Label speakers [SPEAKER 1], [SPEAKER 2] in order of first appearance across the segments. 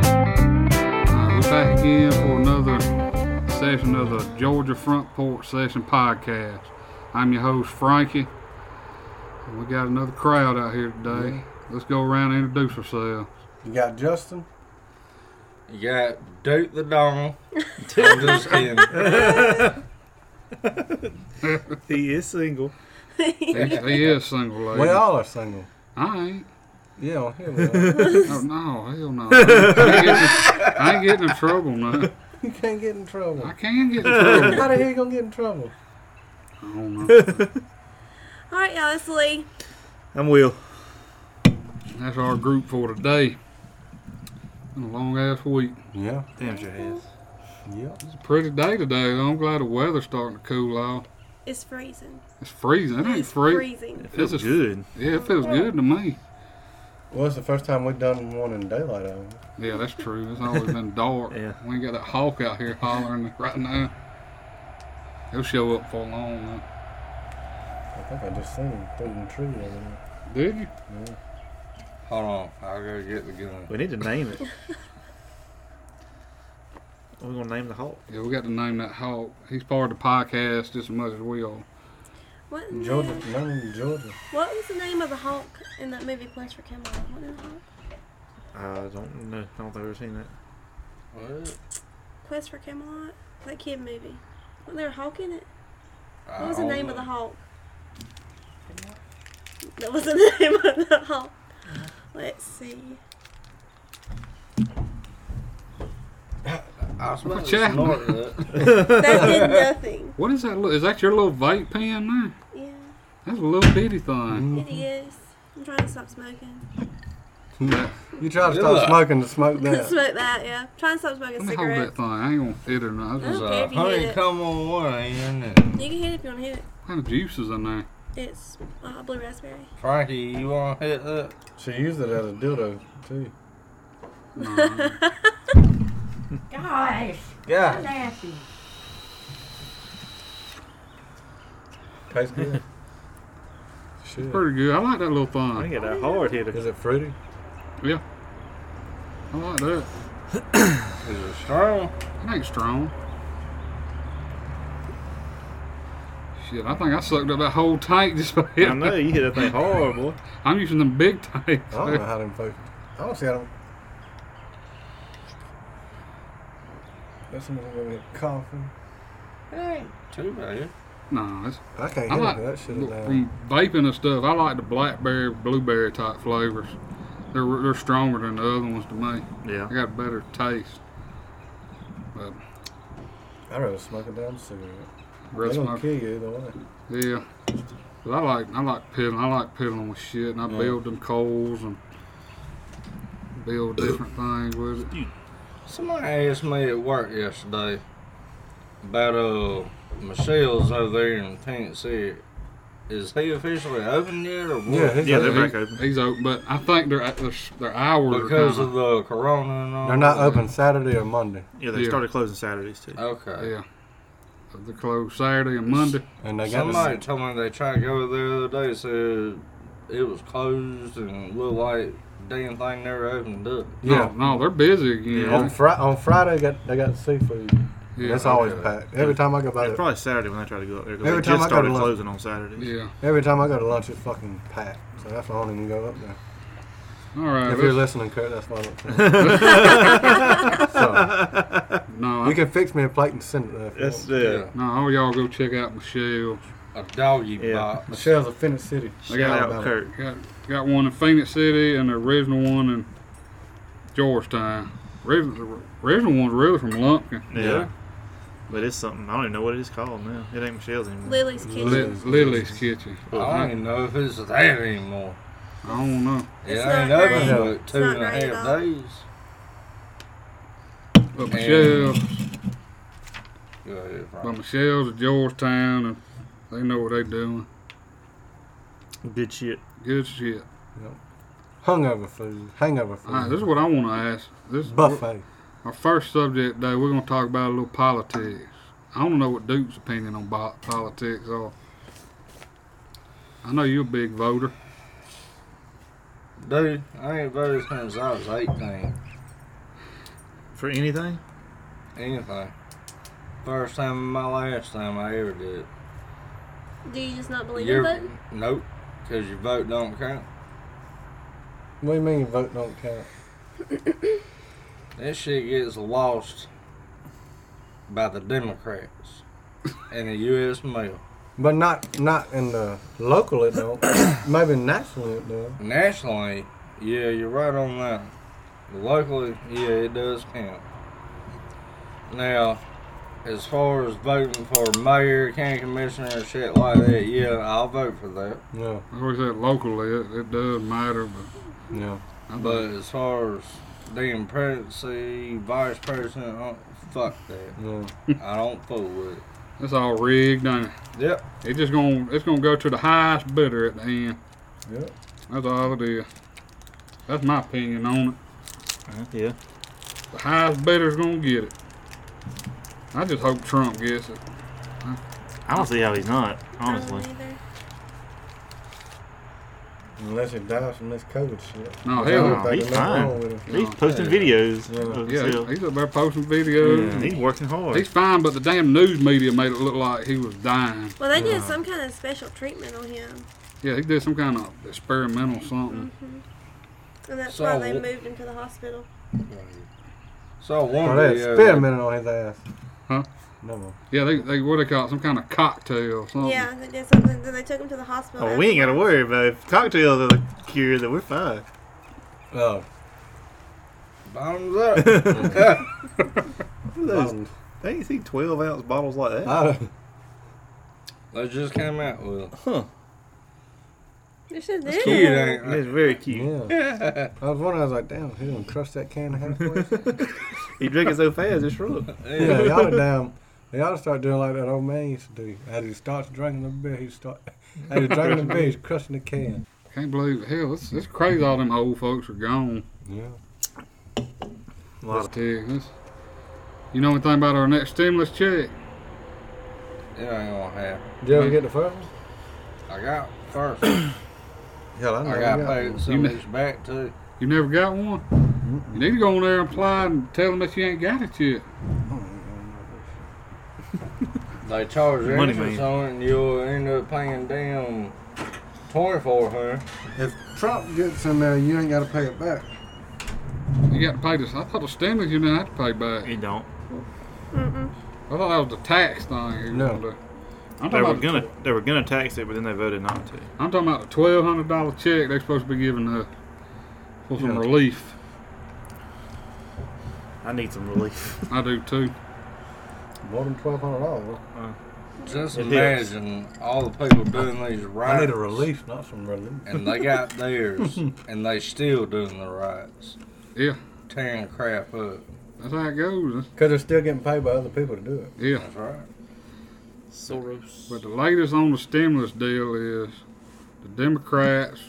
[SPEAKER 1] Alright, we're back again for another session of the Georgia Front Porch Session Podcast. I'm your host, Frankie. And we got another crowd out here today. Let's go around and introduce ourselves.
[SPEAKER 2] You got Justin.
[SPEAKER 3] You got Duke the Donald. I'm just kidding.
[SPEAKER 4] He is single.
[SPEAKER 1] He, he is single, lady.
[SPEAKER 2] We all are single.
[SPEAKER 1] I ain't.
[SPEAKER 2] Yeah, well, here we are.
[SPEAKER 1] Oh, no, hell no. I ain't getting, I ain't getting in trouble, no.
[SPEAKER 2] you can't get in trouble.
[SPEAKER 1] I can get in trouble.
[SPEAKER 2] How the hell you gonna get in trouble?
[SPEAKER 1] I don't know.
[SPEAKER 5] All right, y'all, it's Lee.
[SPEAKER 4] I'm Will.
[SPEAKER 1] That's our group for today. Been a long ass week.
[SPEAKER 2] Yeah,
[SPEAKER 4] Damn your ass.
[SPEAKER 2] yeah.
[SPEAKER 1] It's a pretty day today. Though. I'm glad the weather's starting to cool off.
[SPEAKER 5] It's freezing.
[SPEAKER 1] It's freezing. It ain't
[SPEAKER 5] It's
[SPEAKER 1] free.
[SPEAKER 5] freezing.
[SPEAKER 4] It feels
[SPEAKER 1] This is-
[SPEAKER 4] good.
[SPEAKER 1] Yeah, it feels good to me.
[SPEAKER 2] Well, it's the first time we've done one in daylight hours.
[SPEAKER 1] Yeah, that's true. It's always been dark.
[SPEAKER 4] Yeah.
[SPEAKER 1] We ain't got that hawk out here hollering right now. He'll show up for long. Though.
[SPEAKER 2] I think I just seen him through the tree over there.
[SPEAKER 1] Did you?
[SPEAKER 3] Hold on, I'll go get the gun.
[SPEAKER 4] We need to name it. We're gonna name the Hulk.
[SPEAKER 1] Yeah, we got to name that hawk. He's part of the podcast just as much as we are.
[SPEAKER 5] What, in the-
[SPEAKER 2] Georgia, no, in Georgia.
[SPEAKER 5] what was the name of the Hulk in that movie Plans for Camelot? What in the Hulk?
[SPEAKER 4] Uh, I don't know. I don't think I've ever seen that.
[SPEAKER 3] What?
[SPEAKER 5] Plans for Camelot? That kid movie. Wasn't there a Hulk in it?
[SPEAKER 3] I
[SPEAKER 5] What was the
[SPEAKER 3] don't
[SPEAKER 5] name of
[SPEAKER 3] know.
[SPEAKER 5] the Hulk? That was the name of the Hulk. Let's see.
[SPEAKER 3] I was about
[SPEAKER 1] What
[SPEAKER 3] to
[SPEAKER 1] you
[SPEAKER 3] snort it.
[SPEAKER 5] That did nothing.
[SPEAKER 1] What is that? li- Is that your little vape pen there?
[SPEAKER 5] Yeah,
[SPEAKER 1] That's a little bitty thing.
[SPEAKER 5] it is. I'm trying to stop smoking.
[SPEAKER 1] That-
[SPEAKER 2] You try to
[SPEAKER 3] Yeah.
[SPEAKER 2] stop smoking to smoke that.
[SPEAKER 5] Smoke that, yeah. Trying to stop smoking
[SPEAKER 1] let me hold that
[SPEAKER 5] cigarettes.
[SPEAKER 1] thing. I ain't gonna hit it or not. That's
[SPEAKER 3] It's
[SPEAKER 1] just,
[SPEAKER 5] Oh.
[SPEAKER 3] a
[SPEAKER 5] Okay, if you hit
[SPEAKER 3] honey
[SPEAKER 5] it.
[SPEAKER 3] come on one, ain't it?
[SPEAKER 5] You can hit it if you want to hit it.
[SPEAKER 1] what kind of juices in there?
[SPEAKER 5] It's uh, blue raspberry.
[SPEAKER 3] Frankie, you want to hit that?
[SPEAKER 2] She used it as a dildo too.
[SPEAKER 1] No.
[SPEAKER 6] Gosh,
[SPEAKER 3] Yeah.
[SPEAKER 6] nasty.
[SPEAKER 2] Tastes good. Shit.
[SPEAKER 1] Pretty good. I like that little
[SPEAKER 4] I think
[SPEAKER 1] thing.
[SPEAKER 4] it's a hard hitter.
[SPEAKER 2] Is it fruity?
[SPEAKER 1] I like that.
[SPEAKER 3] Is it strong?
[SPEAKER 1] It ain't strong. Shit, I think I sucked up that whole tank just by
[SPEAKER 4] I
[SPEAKER 1] hitting
[SPEAKER 4] know you hit that thing hard, boy.
[SPEAKER 1] I'm using them big
[SPEAKER 2] I
[SPEAKER 1] tanks.
[SPEAKER 2] don't know how them folks. I don't see how them. That's someone gonna get coffee.
[SPEAKER 3] It ain't too bad.
[SPEAKER 1] Nah, it's,
[SPEAKER 2] I can't
[SPEAKER 1] I
[SPEAKER 2] get
[SPEAKER 1] like
[SPEAKER 2] into that shit
[SPEAKER 1] look,
[SPEAKER 2] now.
[SPEAKER 1] from vaping and stuff. I like the blackberry, blueberry type flavors. They're they're stronger than the other ones to me.
[SPEAKER 4] Yeah.
[SPEAKER 1] I got a better taste. But
[SPEAKER 2] I'd rather smoke a damn cigarette.
[SPEAKER 1] breath
[SPEAKER 2] they gonna
[SPEAKER 1] smoke,
[SPEAKER 2] kill you either way.
[SPEAKER 1] yeah. But I like I like piddling. I like piddling with shit, and I
[SPEAKER 2] Yeah.
[SPEAKER 1] build them coals and build different things with it.
[SPEAKER 3] Somebody asked me at work yesterday about uh Michelle's over there in Tennessee. Is he officially open yet or what?
[SPEAKER 2] Yeah, he's
[SPEAKER 4] Yeah,
[SPEAKER 2] like-
[SPEAKER 4] they're
[SPEAKER 1] He-
[SPEAKER 4] back open.
[SPEAKER 1] He's open, but I think their their, their hours are
[SPEAKER 3] Because of
[SPEAKER 1] kinda-
[SPEAKER 3] the corona and all.
[SPEAKER 2] They're not
[SPEAKER 3] that?
[SPEAKER 2] open Saturday or Monday,
[SPEAKER 4] Yeah, they
[SPEAKER 1] Yeah. Uh,
[SPEAKER 4] started closing Saturdays too.
[SPEAKER 3] Okay.
[SPEAKER 1] yeah. They're closed Saturday and Monday.
[SPEAKER 2] and they got
[SPEAKER 3] Somebody
[SPEAKER 2] the,
[SPEAKER 3] told me they tried to go over there the other day. Said it was closed and looked like damn thing never opened up.
[SPEAKER 2] yeah.
[SPEAKER 1] No, no, they're busy again.
[SPEAKER 4] Yeah.
[SPEAKER 2] On, fri- on Friday, got they got seafood.
[SPEAKER 1] Yeah.
[SPEAKER 2] That's always
[SPEAKER 3] okay.
[SPEAKER 2] packed. Every time I go by,
[SPEAKER 4] It's
[SPEAKER 2] there,
[SPEAKER 4] probably Saturday when they try to go up there
[SPEAKER 2] Every
[SPEAKER 4] because they
[SPEAKER 2] time I
[SPEAKER 4] just
[SPEAKER 2] go
[SPEAKER 4] started
[SPEAKER 2] to lunch-
[SPEAKER 4] closing on Saturdays.
[SPEAKER 1] Yeah.
[SPEAKER 2] every time I go to lunch, it's fucking packed. So that's why I don't even go up there.
[SPEAKER 1] All right.
[SPEAKER 2] If you're
[SPEAKER 1] let's-
[SPEAKER 2] listening, Kurt, that's why I don't. so,
[SPEAKER 1] No,
[SPEAKER 2] you
[SPEAKER 1] I,
[SPEAKER 2] can fix me a plate and send it there. if you
[SPEAKER 4] That's
[SPEAKER 2] want.
[SPEAKER 4] uh,
[SPEAKER 1] no, all y'all go check out Michelle.
[SPEAKER 3] A doggy
[SPEAKER 4] Yeah.
[SPEAKER 3] box.
[SPEAKER 2] Michelle's a Phoenix City.
[SPEAKER 4] shout
[SPEAKER 2] Alabama.
[SPEAKER 4] out Kurt.
[SPEAKER 1] Got got one in Phoenix City and the original one in Georgetown. Original, original one's really from Lumpkin.
[SPEAKER 4] Yeah.
[SPEAKER 3] Yeah.
[SPEAKER 4] But it's something I don't even know what it is called now. It ain't Michelle's anymore.
[SPEAKER 5] Lily's
[SPEAKER 1] Li-
[SPEAKER 5] Kitchen.
[SPEAKER 1] Lily's Kitchen.
[SPEAKER 3] I don't even know if it's that anymore.
[SPEAKER 1] I don't know.
[SPEAKER 3] It
[SPEAKER 5] It's
[SPEAKER 3] ain't
[SPEAKER 5] not
[SPEAKER 3] open
[SPEAKER 2] great.
[SPEAKER 3] but
[SPEAKER 5] It's
[SPEAKER 3] two
[SPEAKER 5] not
[SPEAKER 3] and a
[SPEAKER 5] great at
[SPEAKER 3] half
[SPEAKER 5] all.
[SPEAKER 3] days.
[SPEAKER 1] But
[SPEAKER 3] Man.
[SPEAKER 1] Michelle,
[SPEAKER 3] Go ahead, Frank.
[SPEAKER 1] but Michelle's in Georgetown and they know what they doing.
[SPEAKER 4] Good shit.
[SPEAKER 1] Good shit.
[SPEAKER 2] Hungover food. Hangover food.
[SPEAKER 1] All right, Uh, this is what I want to ask. This
[SPEAKER 2] Buffet.
[SPEAKER 1] Our first subject today, we're going to talk about a little politics. I want to know what Duke's opinion on bo- politics are. I know you're a big voter.
[SPEAKER 3] Dude, I ain't voted since I was 18.
[SPEAKER 4] For anything?
[SPEAKER 3] Anything. First time and my last time I ever did.
[SPEAKER 5] Do you just not believe in
[SPEAKER 3] Your-
[SPEAKER 5] voting?
[SPEAKER 3] Nope. Because your vote don't count.
[SPEAKER 2] What do you mean vote don't count?
[SPEAKER 3] That shit gets lost by the Democrats and the U.S. mail.
[SPEAKER 2] But not not in the local it don't. Maybe nationally it does.
[SPEAKER 3] Nationally, yeah, you're right on that. Locally, yeah, it does count. Now, as far as voting for mayor, county commissioner, shit like that, yeah, I'll vote for that.
[SPEAKER 2] No,
[SPEAKER 1] I always said locally, it, it does matter, but
[SPEAKER 2] no.
[SPEAKER 1] I
[SPEAKER 3] But as far as being presidency, vice president, uh, fuck that.
[SPEAKER 2] No.
[SPEAKER 3] I don't fool with it.
[SPEAKER 1] it's all rigged. Ain't it?
[SPEAKER 3] Yep.
[SPEAKER 1] It's just gonna it's gonna go to the highest bidder at the end.
[SPEAKER 2] Yep.
[SPEAKER 1] That's all it is. That's my opinion on it. Uh-huh.
[SPEAKER 4] Uh, yeah.
[SPEAKER 1] The highest bidder's gonna get it. I just hope Trump gets it.
[SPEAKER 4] I don't see how he's not,
[SPEAKER 5] I don't
[SPEAKER 4] honestly.
[SPEAKER 5] either.
[SPEAKER 2] Unless he dies from this COVID shit.
[SPEAKER 1] No,
[SPEAKER 2] I don't
[SPEAKER 1] Oh, hell,
[SPEAKER 4] no.
[SPEAKER 2] think
[SPEAKER 4] he's
[SPEAKER 2] there's nothing
[SPEAKER 4] fine.
[SPEAKER 2] wrong with him.
[SPEAKER 4] He's posting
[SPEAKER 3] Yeah.
[SPEAKER 4] videos.
[SPEAKER 2] Yeah.
[SPEAKER 4] of
[SPEAKER 1] yeah,
[SPEAKER 4] himself.
[SPEAKER 1] he's up there posting
[SPEAKER 4] Yeah,
[SPEAKER 1] videos.
[SPEAKER 4] he's working hard.
[SPEAKER 1] He's fine, but the damn news media made it look like he was dying.
[SPEAKER 5] Well, they did some kind of special treatment on him,
[SPEAKER 1] Yeah, he did some kind of experimental something.
[SPEAKER 5] and that's
[SPEAKER 3] So
[SPEAKER 5] why they
[SPEAKER 3] what-
[SPEAKER 5] moved him to the hospital.
[SPEAKER 3] So one
[SPEAKER 2] Oh, they
[SPEAKER 3] video.
[SPEAKER 2] experimented on his ass.
[SPEAKER 1] Huh?
[SPEAKER 2] No.
[SPEAKER 1] Yeah, they, they what they call it, some kind of cocktail or something.
[SPEAKER 5] Yeah, they did something. Then they took him to the hospital.
[SPEAKER 4] oh, we ain't got to worry about it. If cocktails are the cure, then we're fine.
[SPEAKER 2] Oh.
[SPEAKER 3] Bottoms up.
[SPEAKER 4] Look at Those, they ain't see 12 ounce bottles like that.
[SPEAKER 2] I don't-
[SPEAKER 3] They just came out with. them.
[SPEAKER 5] They should
[SPEAKER 3] It's
[SPEAKER 5] do.
[SPEAKER 3] cute, ain't
[SPEAKER 4] That's
[SPEAKER 3] it?
[SPEAKER 4] very cute.
[SPEAKER 2] yeah. I was wondering, I was like, damn, he done crushed that can halfway.
[SPEAKER 4] He drank it so fast, it shrunk.
[SPEAKER 2] yeah, they ought to damn. They ought to start doing like that old man used to do. As he starts drinking the beer, he start. As he's drinking the beer, he's crushing the can.
[SPEAKER 1] Can't believe it. Hell, it's, it's crazy all them old folks are gone.
[SPEAKER 2] Yeah.
[SPEAKER 4] A lot of-
[SPEAKER 1] Texas. You know anything about our next stimulus check?
[SPEAKER 3] It ain't gonna happen.
[SPEAKER 2] Did you ever get the first one?
[SPEAKER 3] I got first. I
[SPEAKER 2] Hell, I never
[SPEAKER 3] got
[SPEAKER 2] got
[SPEAKER 3] paid
[SPEAKER 2] one.
[SPEAKER 3] so
[SPEAKER 1] You
[SPEAKER 3] much
[SPEAKER 1] missed-
[SPEAKER 3] back too.
[SPEAKER 1] You never got one? You need to go on there and apply and tell them that you ain't got it yet.
[SPEAKER 2] Oh,
[SPEAKER 3] They charge
[SPEAKER 4] Money
[SPEAKER 3] interest
[SPEAKER 4] man.
[SPEAKER 3] on it, and you'll end up paying damn twenty four hundred.
[SPEAKER 2] If Trump gets in there, you ain't got to pay it back.
[SPEAKER 1] You got to pay this. I thought the stimulus you didn't have to pay back.
[SPEAKER 4] You don't.
[SPEAKER 1] I thought that was the tax thing.
[SPEAKER 2] No.
[SPEAKER 1] I'm talking,
[SPEAKER 4] They were
[SPEAKER 1] about
[SPEAKER 4] gonna
[SPEAKER 1] the,
[SPEAKER 4] they were gonna tax it, but then they voted not to.
[SPEAKER 1] I'm talking about the twelve hundred dollar check they're supposed to be giving us for some
[SPEAKER 4] Yeah.
[SPEAKER 1] relief.
[SPEAKER 4] I need some relief.
[SPEAKER 1] I do too.
[SPEAKER 2] More than twelve hundred dollars.
[SPEAKER 3] Just
[SPEAKER 4] It is.
[SPEAKER 3] imagine all the people doing these rights.
[SPEAKER 2] I need a relief, not some relief.
[SPEAKER 3] And they got theirs, and they still doing the rights,
[SPEAKER 1] Yeah,
[SPEAKER 3] tearing crap up.
[SPEAKER 1] that's how it goes.
[SPEAKER 2] Because they're still getting paid by other people to do it.
[SPEAKER 1] Yeah,
[SPEAKER 3] That's right.
[SPEAKER 4] Soros.
[SPEAKER 1] but the latest on the stimulus deal is the Democrats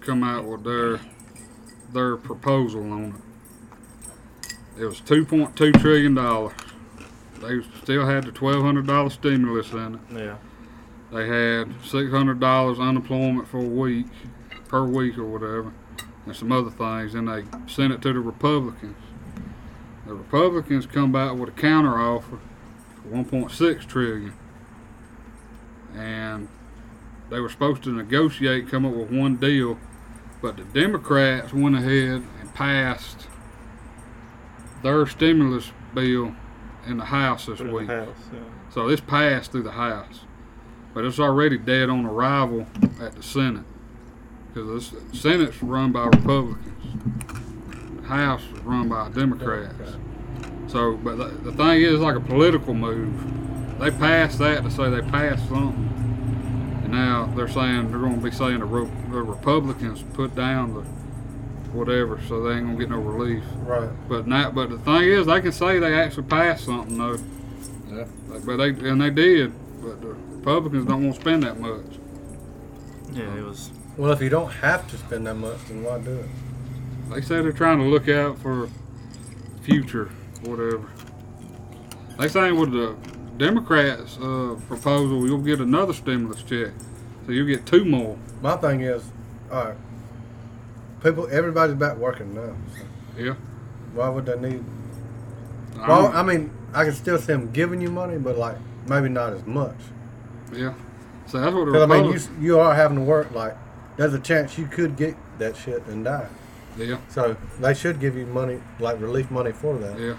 [SPEAKER 1] come out with their their proposal on it. It was two point two trillion dollars. They still had the twelve hundred dollar stimulus in it.
[SPEAKER 4] Yeah.
[SPEAKER 1] They had six hundred dollars unemployment for a week, per week or whatever, and some other things. And they sent it to the Republicans. The Republicans come back with a counter offer, one point six trillion, and they were supposed to negotiate, come up with one deal, but the Democrats went ahead and passed their stimulus bill in the House this
[SPEAKER 4] Through
[SPEAKER 1] week.
[SPEAKER 4] the house. Yeah.
[SPEAKER 1] So this passed through the House, but it's already dead on arrival at the Senate because the Senate's run by Republicans, the House is run by Democrats. So, but the, the thing is, like a political move, they passed that to say they passed something, and now they're saying they're going to be saying the, Re- the Republicans put down the whatever, so they ain't going to get no relief.
[SPEAKER 2] Right.
[SPEAKER 1] But not, but the thing is, they can say they actually passed something though.
[SPEAKER 3] Yeah.
[SPEAKER 1] Like, But they and they did, but the Republicans don't want to spend that much.
[SPEAKER 4] Yeah, it was.
[SPEAKER 2] Well, if you don't have to spend that much, then why do it?
[SPEAKER 1] They say they're trying to look out for future, whatever. They say with the Democrats' uh, proposal, you'll get another stimulus check. So you get two more.
[SPEAKER 2] My thing is, all right, people, everybody's back working now. So
[SPEAKER 1] Yeah.
[SPEAKER 2] why would they need?
[SPEAKER 1] I
[SPEAKER 2] Well,
[SPEAKER 1] don't-
[SPEAKER 2] I mean, I can still see them giving you money, but like maybe not as much.
[SPEAKER 1] yeah. So that's what the
[SPEAKER 2] 'Cause, I mean, you
[SPEAKER 1] Republicans.
[SPEAKER 2] s- you are having to work. Like, there's a chance you could get that shit and die.
[SPEAKER 1] yeah.
[SPEAKER 2] So they should give you money, like relief money for that.
[SPEAKER 1] Yeah.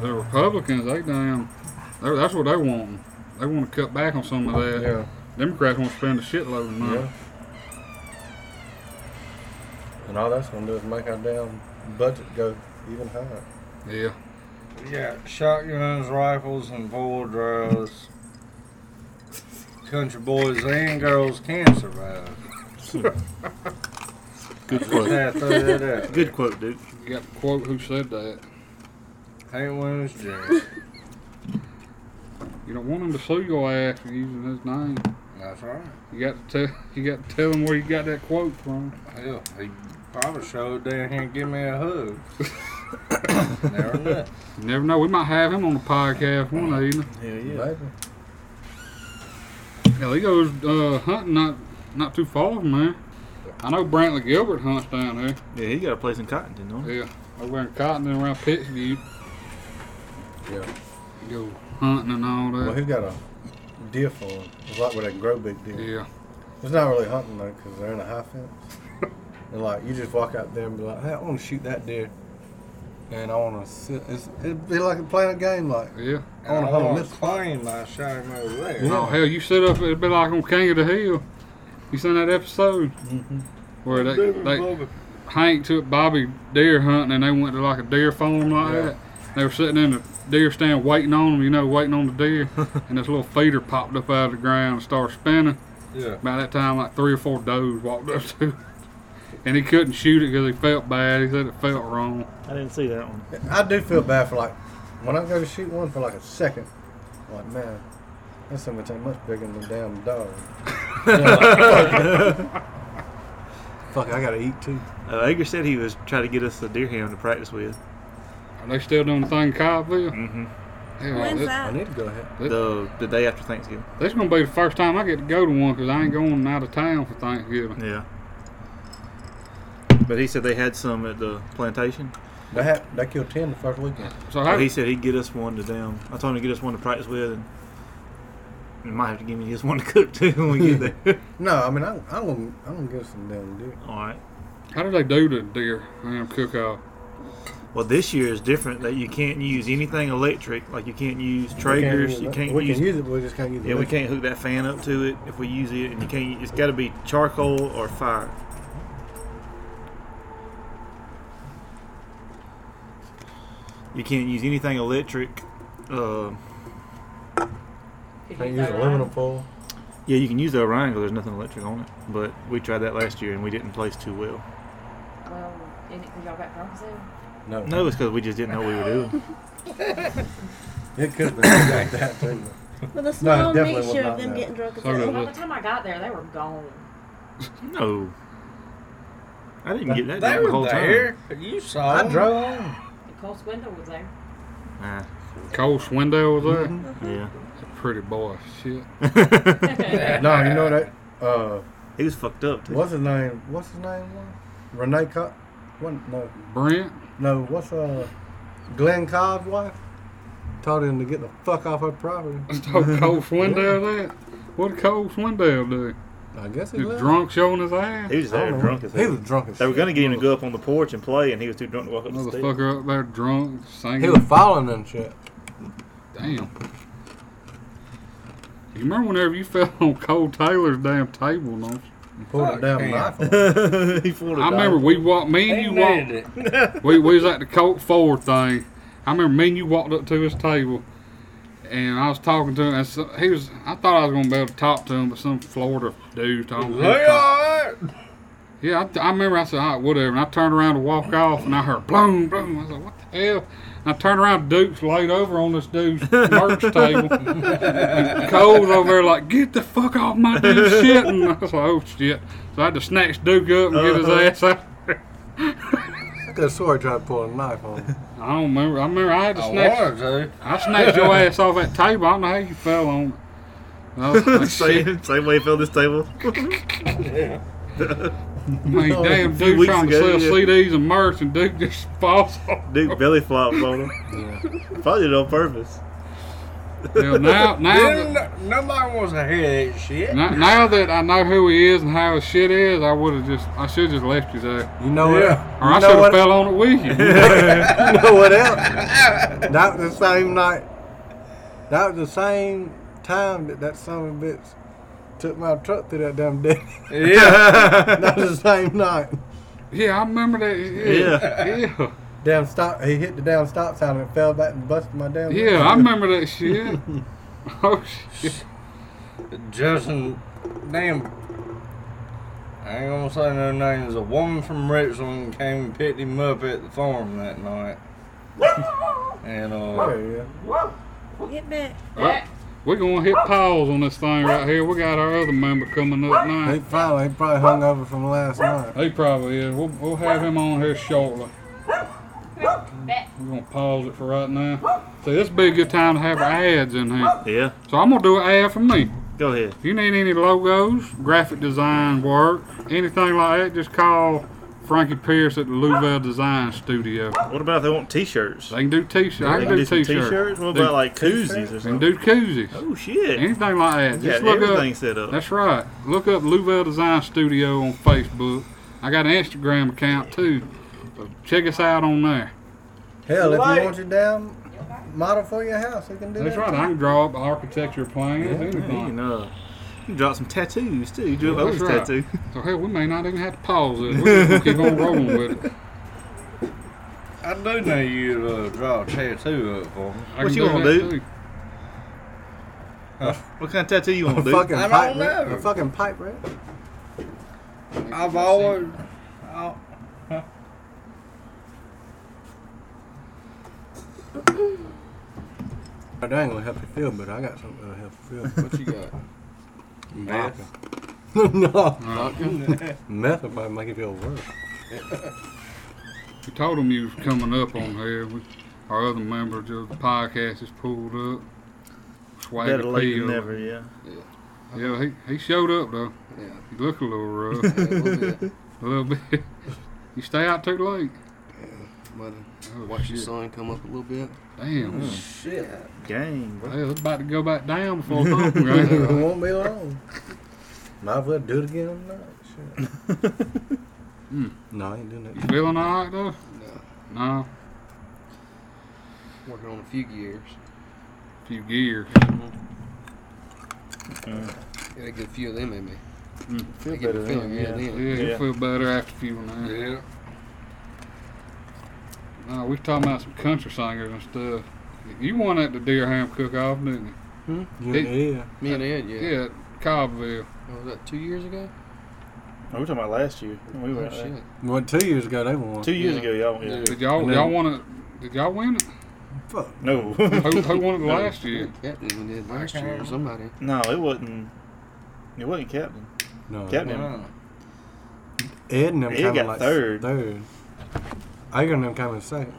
[SPEAKER 1] The Republicans, they damn, they- that's what they want. They want to cut back on some of that.
[SPEAKER 2] Yeah.
[SPEAKER 1] Democrats want to spend a shitload of money.
[SPEAKER 2] Yeah. Mm. And all that's gonna do is make our damn budget go even higher.
[SPEAKER 1] Yeah.
[SPEAKER 3] We got shotguns, rifles, and four drives. Country boys and girls can survive.
[SPEAKER 4] Good
[SPEAKER 3] Just
[SPEAKER 4] quote.
[SPEAKER 3] had to throw that out.
[SPEAKER 4] Good quote, Duke.
[SPEAKER 1] You got to quote who said that.
[SPEAKER 3] Hank Williams Jr.
[SPEAKER 1] You don't want them to sue your ass for using his name.
[SPEAKER 3] That's right.
[SPEAKER 1] You got to tell, you got to tell them where you got that quote from.
[SPEAKER 3] Hell, he probably showed down here and give me a hug. Never know.
[SPEAKER 1] You never know. We might have him on the podcast one evening.
[SPEAKER 4] Yeah, yeah.
[SPEAKER 2] Maybe.
[SPEAKER 1] Hell, he goes uh, hunting not not too far from there. I know Brantley Gilbert hunts down there.
[SPEAKER 4] Yeah, he got a place in Cottonton, don't he?
[SPEAKER 1] Yeah, over in Cotton and around Pittsview.
[SPEAKER 2] Yeah.
[SPEAKER 1] You go hunting and all that.
[SPEAKER 2] Well, he's got a deer farm. It's like where they grow big deer.
[SPEAKER 1] Yeah,
[SPEAKER 2] It's not really hunting though, because they're in a high fence. and like you just walk out there and be like, "Hey, I want to shoot that deer," and I want to sit. It's, it'd be like playing a game, like
[SPEAKER 1] yeah.
[SPEAKER 3] I
[SPEAKER 2] wanna hold
[SPEAKER 3] want to
[SPEAKER 2] this.
[SPEAKER 3] claim my shot him over there.
[SPEAKER 1] Oh hell, you set up. It'd be like on King of the Hill. You seen that episode where they,
[SPEAKER 3] David
[SPEAKER 1] they
[SPEAKER 3] Bobby.
[SPEAKER 1] Hank took Bobby deer hunting and they went to like a deer farm like
[SPEAKER 2] Yeah.
[SPEAKER 1] that. They were sitting in the deer stand waiting on them, you know, waiting on the deer. and this little feeder popped up out of the ground and started spinning.
[SPEAKER 3] Yeah.
[SPEAKER 1] By that time, like three or four does walked up to it. And he couldn't shoot it because he felt bad. He said it felt wrong.
[SPEAKER 4] I didn't see that one.
[SPEAKER 2] I do feel bad for like when I go to shoot one for like a second. I'm like man, that's something that's much bigger than the damn dog. Then I'm like, fuck, it. Fuck, I gotta eat too.
[SPEAKER 4] Uh, Edgar said he was trying to get us a deer hound to practice with.
[SPEAKER 1] Are they still doing the thing in Cobbville?
[SPEAKER 4] Mm-hmm.
[SPEAKER 1] Hell,
[SPEAKER 5] When's
[SPEAKER 1] this,
[SPEAKER 2] I
[SPEAKER 5] that?
[SPEAKER 2] need to go ahead.
[SPEAKER 4] The, the day after Thanksgiving.
[SPEAKER 1] this is going to be the first time I get to go to one because I ain't going out of town for Thanksgiving.
[SPEAKER 4] Yeah. But he said they had some at the plantation.
[SPEAKER 2] They had they killed ten the first weekend.
[SPEAKER 1] So how,
[SPEAKER 4] But he said he'd get us one to them. I told him to get us one to practice with, and he might have to give me his one to cook too when we get there.
[SPEAKER 2] No, I mean I I'm gonna I'm gonna give some damn deer.
[SPEAKER 4] All right.
[SPEAKER 1] how do they do the deer ham cook off?
[SPEAKER 4] Well, this year is different. That you can't use anything electric. Like you can't use
[SPEAKER 2] We can't
[SPEAKER 4] Traegers.
[SPEAKER 2] use
[SPEAKER 4] You
[SPEAKER 2] that.
[SPEAKER 4] can't
[SPEAKER 2] we
[SPEAKER 4] use.
[SPEAKER 2] can use it, but we just can't use it.
[SPEAKER 4] yeah, we can't hook that fan up to it if we use it, and you can't. It's got to be charcoal or fire. You can't use anything electric. Uh,
[SPEAKER 2] Can't use aluminum foil.
[SPEAKER 4] yeah, you can use the Orion because there's nothing electric on it. But we tried that last year and we didn't place too well.
[SPEAKER 6] Well, in, y'all got drunk soon?
[SPEAKER 2] No,
[SPEAKER 4] No, it's because we just didn't know what we were doing.
[SPEAKER 2] it could be like that too.
[SPEAKER 5] Well, the smell
[SPEAKER 2] definitely was
[SPEAKER 5] mixture
[SPEAKER 2] not
[SPEAKER 5] of them
[SPEAKER 2] that.
[SPEAKER 5] getting drunk is
[SPEAKER 1] So
[SPEAKER 5] hell.
[SPEAKER 1] good.
[SPEAKER 6] By the time I got there, they were gone.
[SPEAKER 4] No, I didn't get that
[SPEAKER 3] They
[SPEAKER 4] down the whole
[SPEAKER 3] were
[SPEAKER 4] time.
[SPEAKER 3] there. You saw
[SPEAKER 2] I
[SPEAKER 3] them.
[SPEAKER 2] drove on.
[SPEAKER 6] Nicole Swindle was there.
[SPEAKER 4] Nah,
[SPEAKER 1] Cole Swindell was there?
[SPEAKER 4] yeah.
[SPEAKER 1] Pretty boy. Shit.
[SPEAKER 2] No, you know that. Uh,
[SPEAKER 4] He was fucked up too.
[SPEAKER 2] what's his name? What's his name? was? Renee Cobb. What? No,
[SPEAKER 1] Brent?
[SPEAKER 2] no. What's uh, Glenn Cobb's wife? Told him to get the fuck off her property.
[SPEAKER 1] Told Cole Swindell that? What did Cole Swindell do?
[SPEAKER 2] I guess he
[SPEAKER 1] Just
[SPEAKER 2] left.
[SPEAKER 1] drunk showing his ass?
[SPEAKER 4] He was
[SPEAKER 2] I
[SPEAKER 4] there
[SPEAKER 2] don't know.
[SPEAKER 4] drunk as
[SPEAKER 2] He
[SPEAKER 4] hell.
[SPEAKER 2] was drunk as
[SPEAKER 4] They were
[SPEAKER 2] shit.
[SPEAKER 4] gonna get him to go up on the porch and play, and he was too drunk to walk up the stairs.
[SPEAKER 1] Motherfucker up there drunk, singing.
[SPEAKER 2] He was following them shit.
[SPEAKER 1] Damn. You remember whenever you fell on Cole Taylor's damn table, no?
[SPEAKER 2] He pulled a
[SPEAKER 3] Fuck
[SPEAKER 2] damn
[SPEAKER 3] him.
[SPEAKER 2] knife. on him.
[SPEAKER 4] he pulled a
[SPEAKER 1] I remember we walked, me and
[SPEAKER 3] He
[SPEAKER 1] you
[SPEAKER 3] needed
[SPEAKER 1] walked,
[SPEAKER 3] it.
[SPEAKER 1] we, we was at the Colt Ford thing. I remember me and you walked up to his table, and I was talking to him. And so, he was, I thought I was gonna be able to talk to him, but some Florida dude talking. to
[SPEAKER 3] They
[SPEAKER 1] him.
[SPEAKER 3] all right.
[SPEAKER 1] Yeah, I, I remember. I said, "All right, whatever." And I turned around to walk off, and I heard boom, boom. I was like, "What the hell?" And I turned around. Duke's laid over on this dude's merch table. And Cole's over there like, "Get the fuck off my dude's shit!" And I was like, "Oh shit!" So I had to snatch Duke up and
[SPEAKER 4] Uh-huh.
[SPEAKER 1] get his ass out.
[SPEAKER 2] I could have swore he tried to pull a knife on him.
[SPEAKER 1] I don't remember. I remember I had to
[SPEAKER 3] I
[SPEAKER 1] snatch.
[SPEAKER 3] wanted to.
[SPEAKER 1] I snatched your ass off that table. I don't know how you fell on it. Oh, shit.
[SPEAKER 4] same, same way he filled this table.
[SPEAKER 3] Yeah.
[SPEAKER 1] Man,
[SPEAKER 2] No,
[SPEAKER 1] damn
[SPEAKER 4] a few
[SPEAKER 1] dude
[SPEAKER 4] weeks
[SPEAKER 1] trying to
[SPEAKER 4] ago,
[SPEAKER 1] sell
[SPEAKER 4] yeah.
[SPEAKER 1] CDs and merch, and dude just falls off.
[SPEAKER 4] Duke belly flopped on him.
[SPEAKER 2] Yeah.
[SPEAKER 4] Probably did it on purpose.
[SPEAKER 1] Well, now, now,
[SPEAKER 3] Then
[SPEAKER 1] that,
[SPEAKER 3] n- nobody wants to hear that shit.
[SPEAKER 1] now, now that I know who he is and how his shit is, I would have just, I should have just left you there,
[SPEAKER 2] You know
[SPEAKER 3] Yeah.
[SPEAKER 1] or
[SPEAKER 2] what?
[SPEAKER 1] I
[SPEAKER 2] You
[SPEAKER 1] should
[SPEAKER 2] know
[SPEAKER 1] have
[SPEAKER 2] what?
[SPEAKER 1] fell on it with you.
[SPEAKER 2] You know what else? that was the same night. That was the same time that that son of a bitch took my truck through that damn ditch.
[SPEAKER 3] Yeah.
[SPEAKER 2] that was the same night.
[SPEAKER 1] yeah, I remember that. Yeah, yeah,
[SPEAKER 2] Damn stop. He hit the damn stop sign and fell back and busted my damn.
[SPEAKER 1] yeah, I remember that shit. Oh shit.
[SPEAKER 3] Justin, damn. I ain't gonna say no names. A woman from Richland came and picked him up at the farm that night. and uh,
[SPEAKER 2] Yeah,
[SPEAKER 5] Get back.
[SPEAKER 1] Well, We're gonna hit pause on this thing right here. We got our other member coming up
[SPEAKER 2] yeah. He
[SPEAKER 1] now.
[SPEAKER 2] finally he probably hung over from last night.
[SPEAKER 1] He probably is. We'll, we'll have him on here shortly. We're gonna pause it for right now. See, this would be a good time to have ads in here.
[SPEAKER 4] Yeah,
[SPEAKER 1] So I'm gonna do an ad for me.
[SPEAKER 4] go ahead.
[SPEAKER 1] If you need any logos, graphic design work, anything like that, just call Frankie Pierce at the Louisville Design Studio.
[SPEAKER 4] What about if they want t-shirirts?
[SPEAKER 1] They can do t-shirts. I
[SPEAKER 4] They
[SPEAKER 1] can do
[SPEAKER 4] some
[SPEAKER 1] t-shirts.
[SPEAKER 4] t-shirts. What
[SPEAKER 1] Do-
[SPEAKER 4] about like koozies or
[SPEAKER 1] They can
[SPEAKER 4] something?
[SPEAKER 1] do koozies.
[SPEAKER 4] Oh shit!
[SPEAKER 1] Anything like that.
[SPEAKER 4] Yeah,
[SPEAKER 1] Just look up.
[SPEAKER 4] everything set up.
[SPEAKER 1] That's right. Look up Louisville Design Studio on Facebook. I got an Instagram account too. So check us out on there.
[SPEAKER 2] Hell, if
[SPEAKER 3] Right.
[SPEAKER 2] you want your damn model for your house, you can do
[SPEAKER 1] That's
[SPEAKER 2] that.
[SPEAKER 1] right. I can draw up architecture plans,
[SPEAKER 4] Yeah, you
[SPEAKER 1] anything.
[SPEAKER 4] can, uh, you can drop some tattoos too. You drew
[SPEAKER 1] Yeah,
[SPEAKER 4] up Owen's
[SPEAKER 1] that's right.
[SPEAKER 4] tattoo.
[SPEAKER 1] So hell, we may not even have to pause it. We're just gonna keep on rolling with it.
[SPEAKER 3] I do know you to uh, draw a tattoo up for me.
[SPEAKER 1] I
[SPEAKER 4] What
[SPEAKER 1] can
[SPEAKER 4] you gonna
[SPEAKER 1] that,
[SPEAKER 4] do?
[SPEAKER 1] too.
[SPEAKER 4] What kind of tattoo you want,
[SPEAKER 2] A
[SPEAKER 4] dude?
[SPEAKER 2] fucking
[SPEAKER 3] I don't
[SPEAKER 2] pipe wreck.
[SPEAKER 3] know.
[SPEAKER 2] A fucking pipe wreck.
[SPEAKER 3] I've always. i
[SPEAKER 2] That ain't gonna help you feel better. I got something that'll help you feel.
[SPEAKER 1] What you got?
[SPEAKER 3] Meth.
[SPEAKER 2] better. no,
[SPEAKER 3] Vodka.
[SPEAKER 2] meth will probably make you feel worse.
[SPEAKER 1] We told him you was coming up on here. We, our other member of the podcast is pulled up. Swagger
[SPEAKER 4] Better late than
[SPEAKER 1] Peel.
[SPEAKER 4] never. Yeah.
[SPEAKER 1] Yeah, he, he showed up though. He looked a little rough. a little bit. You stay out too late. Oh,
[SPEAKER 7] Watch the
[SPEAKER 1] shit.
[SPEAKER 7] sun come up a little bit.
[SPEAKER 1] Damn.
[SPEAKER 3] Hmm. Shit.
[SPEAKER 4] Gang. bro.
[SPEAKER 1] Hell, it's about to go back down before long. Right?
[SPEAKER 2] It won't be long. Might as well do it again on the night. Shit. No, I ain't doing
[SPEAKER 1] you
[SPEAKER 2] that.
[SPEAKER 1] feeling all right though? No.
[SPEAKER 7] Working on a few gears.
[SPEAKER 1] A few gears.
[SPEAKER 7] Got a good few of them in me.
[SPEAKER 2] Feel
[SPEAKER 3] Hmm.
[SPEAKER 7] They get
[SPEAKER 2] better
[SPEAKER 7] the
[SPEAKER 2] then,
[SPEAKER 7] feeling,
[SPEAKER 2] yeah.
[SPEAKER 7] yeah,
[SPEAKER 1] Yeah,
[SPEAKER 7] then.
[SPEAKER 1] you
[SPEAKER 4] Yeah.
[SPEAKER 1] feel better after a few now.
[SPEAKER 7] Yeah.
[SPEAKER 1] No, we talking about some country singers and stuff. You won at the deer ham cook off, didn't you?
[SPEAKER 2] You
[SPEAKER 1] It-
[SPEAKER 2] yeah.
[SPEAKER 7] Me and Ed, yeah.
[SPEAKER 1] Yeah, at Cobbville.
[SPEAKER 7] What was that, two years ago?
[SPEAKER 4] Oh, we're talking about last year. We
[SPEAKER 7] Oh,
[SPEAKER 4] were out there.
[SPEAKER 7] shit.
[SPEAKER 2] Well, two years ago they won.
[SPEAKER 4] two years
[SPEAKER 7] Yeah.
[SPEAKER 4] ago, y'all. Yeah.
[SPEAKER 1] Did y'all
[SPEAKER 4] And then-
[SPEAKER 1] y'all want to? Did y'all win it?
[SPEAKER 2] Fuck.
[SPEAKER 4] No.
[SPEAKER 1] Who, who won it last year?
[SPEAKER 7] Captain even did last year or somebody.
[SPEAKER 4] no, it wasn't. It wasn't Captain.
[SPEAKER 2] No.
[SPEAKER 4] Captain.
[SPEAKER 3] Wow.
[SPEAKER 2] Ed and them
[SPEAKER 4] Ed
[SPEAKER 2] came
[SPEAKER 4] got
[SPEAKER 2] in like
[SPEAKER 4] third.
[SPEAKER 2] Third. Agar and them came in second.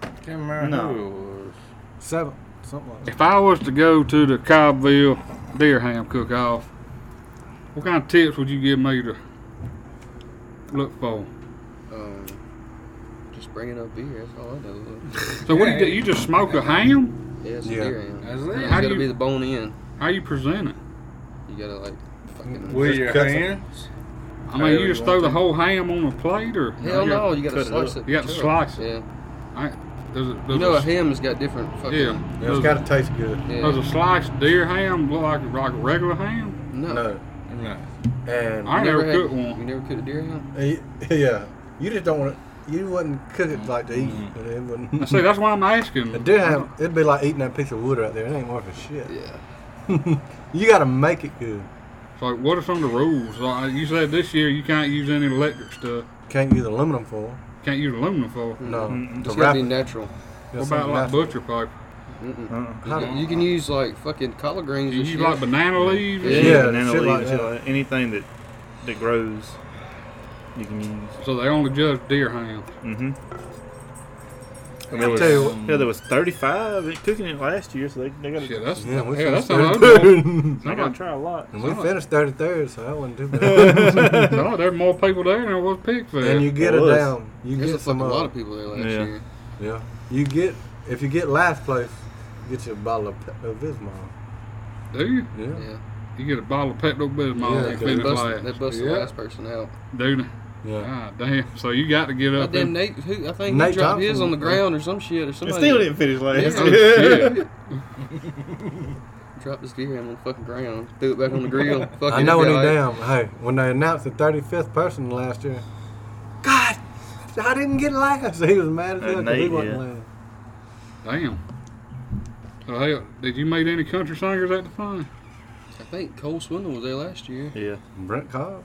[SPEAKER 3] Can't remember
[SPEAKER 4] No.
[SPEAKER 3] who it was.
[SPEAKER 2] Seventh. Something like that.
[SPEAKER 1] If I was to go to the Cobbville deer ham cook off, what kind of tips would you give me to look for?
[SPEAKER 7] Um, just bringing up beer, that's all I know.
[SPEAKER 1] So what do you do? You just smoke a ham?
[SPEAKER 7] Yeah, it's
[SPEAKER 2] Yeah.
[SPEAKER 7] yeah. deer ham.
[SPEAKER 3] That's it.
[SPEAKER 7] It's
[SPEAKER 1] How do
[SPEAKER 7] gotta
[SPEAKER 1] you-
[SPEAKER 7] be the bone in.
[SPEAKER 1] How you present it?
[SPEAKER 7] You gotta like fucking.
[SPEAKER 3] With
[SPEAKER 2] Just
[SPEAKER 3] your
[SPEAKER 2] cut some-
[SPEAKER 3] hands?
[SPEAKER 1] I mean, you just throw the whole ham on a plate, or
[SPEAKER 7] Hell no, you gotta
[SPEAKER 4] cut it up.
[SPEAKER 7] slice it.
[SPEAKER 1] You gotta
[SPEAKER 7] too.
[SPEAKER 1] slice it.
[SPEAKER 7] Yeah.
[SPEAKER 1] There's a, there's
[SPEAKER 7] You know,
[SPEAKER 1] a-
[SPEAKER 7] a ham has got different fucking.
[SPEAKER 1] yeah.
[SPEAKER 2] Yeah, it's
[SPEAKER 1] Does,
[SPEAKER 2] got to taste good.
[SPEAKER 1] does
[SPEAKER 7] yeah.
[SPEAKER 1] a sliced deer ham look like like a regular ham?
[SPEAKER 7] No.
[SPEAKER 2] No.
[SPEAKER 3] No.
[SPEAKER 2] And
[SPEAKER 1] I
[SPEAKER 7] You
[SPEAKER 1] never,
[SPEAKER 7] had-
[SPEAKER 1] cooked one.
[SPEAKER 7] You never cooked a deer ham?
[SPEAKER 2] eh, yeah, you just don't want to. You wouldn't cook it like to eat, but it
[SPEAKER 1] I
[SPEAKER 2] wouldn't.
[SPEAKER 1] see. That's why I'm asking.
[SPEAKER 2] It do have. It'd be like eating that piece of wood right there. It ain't worth a shit.
[SPEAKER 7] Yeah.
[SPEAKER 2] You got to make it good.
[SPEAKER 1] So what are some of the rules? Like you said this year you can't use any electric stuff.
[SPEAKER 2] Can't use aluminum foil.
[SPEAKER 1] Can't use aluminum foil.
[SPEAKER 2] No. To
[SPEAKER 4] Mm-mm.
[SPEAKER 7] Mm-hmm. It's gotta
[SPEAKER 2] wrap
[SPEAKER 7] be
[SPEAKER 2] it.
[SPEAKER 7] natural.
[SPEAKER 1] What
[SPEAKER 2] That's
[SPEAKER 1] about
[SPEAKER 2] something
[SPEAKER 1] like
[SPEAKER 2] natural.
[SPEAKER 1] butcher paper?
[SPEAKER 7] Mm-mm.
[SPEAKER 4] Uh-uh.
[SPEAKER 7] You can- You can use like fucking collard greens
[SPEAKER 1] You
[SPEAKER 7] and
[SPEAKER 1] use
[SPEAKER 7] shit.
[SPEAKER 1] like banana leaves? and
[SPEAKER 7] Yeah,
[SPEAKER 1] shit?
[SPEAKER 4] banana
[SPEAKER 2] shit
[SPEAKER 4] leaves,
[SPEAKER 2] like
[SPEAKER 4] shit
[SPEAKER 2] that.
[SPEAKER 4] like- anything that that grows, you can use.
[SPEAKER 1] So they only judge deer ham.
[SPEAKER 4] Mm-hmm. And there was,
[SPEAKER 2] tell you
[SPEAKER 4] yeah, there was 35 at cooking it last year, so they, they got
[SPEAKER 1] Shit,
[SPEAKER 4] to
[SPEAKER 1] that's
[SPEAKER 2] Yeah, we
[SPEAKER 1] hell, that's
[SPEAKER 2] finished
[SPEAKER 1] all I was doing.
[SPEAKER 2] third.
[SPEAKER 4] they got to try a lot.
[SPEAKER 2] and we
[SPEAKER 1] Sound like-
[SPEAKER 2] finished thirty third, so that wasn't too bad.
[SPEAKER 1] No, there were more people there than there was pig fest.
[SPEAKER 2] and you get
[SPEAKER 4] It
[SPEAKER 2] a
[SPEAKER 4] was.
[SPEAKER 2] down. You
[SPEAKER 7] There's a
[SPEAKER 2] get some
[SPEAKER 7] fucking
[SPEAKER 2] uh,
[SPEAKER 7] lot of people there last
[SPEAKER 4] Yeah.
[SPEAKER 7] year.
[SPEAKER 2] Yeah. You get if you get last place, get you a bottle of, Pe- of Vismol.
[SPEAKER 1] Do you?
[SPEAKER 2] Yeah.
[SPEAKER 7] Yeah.
[SPEAKER 1] You get a bottle of Pepto
[SPEAKER 2] Yeah,
[SPEAKER 1] Bismol yeah, and
[SPEAKER 2] they
[SPEAKER 1] finish
[SPEAKER 7] They
[SPEAKER 1] last.
[SPEAKER 7] busted, they busted
[SPEAKER 2] Yeah.
[SPEAKER 7] the last person out.
[SPEAKER 1] Do they?
[SPEAKER 2] Yeah.
[SPEAKER 1] God damn. So you got to get
[SPEAKER 7] But
[SPEAKER 1] up.
[SPEAKER 7] then
[SPEAKER 1] and-
[SPEAKER 7] Nate, who, I think
[SPEAKER 2] Nate
[SPEAKER 7] he dropped his
[SPEAKER 2] Thompson,
[SPEAKER 7] on the
[SPEAKER 2] yeah.
[SPEAKER 7] ground or some shit or
[SPEAKER 4] It
[SPEAKER 7] somebody.
[SPEAKER 4] still didn't finish last
[SPEAKER 1] Oh,
[SPEAKER 4] year.
[SPEAKER 1] shit.
[SPEAKER 7] Dropped his deer ham on the fucking ground. Threw it back on the grill. Fucking
[SPEAKER 2] I know when he
[SPEAKER 7] everybody-
[SPEAKER 2] down. Hey, when they announced the thirty fifth person last year, God, I didn't get last. He was mad as
[SPEAKER 4] Uh,
[SPEAKER 2] hell 'cause he
[SPEAKER 4] Nate,
[SPEAKER 2] wasn't
[SPEAKER 4] yeah.
[SPEAKER 2] last.
[SPEAKER 1] Damn. So hell, did you meet any country singers at the fun?
[SPEAKER 7] I think Cole Swindle was there last year.
[SPEAKER 4] Yeah.
[SPEAKER 2] Brent Cobb.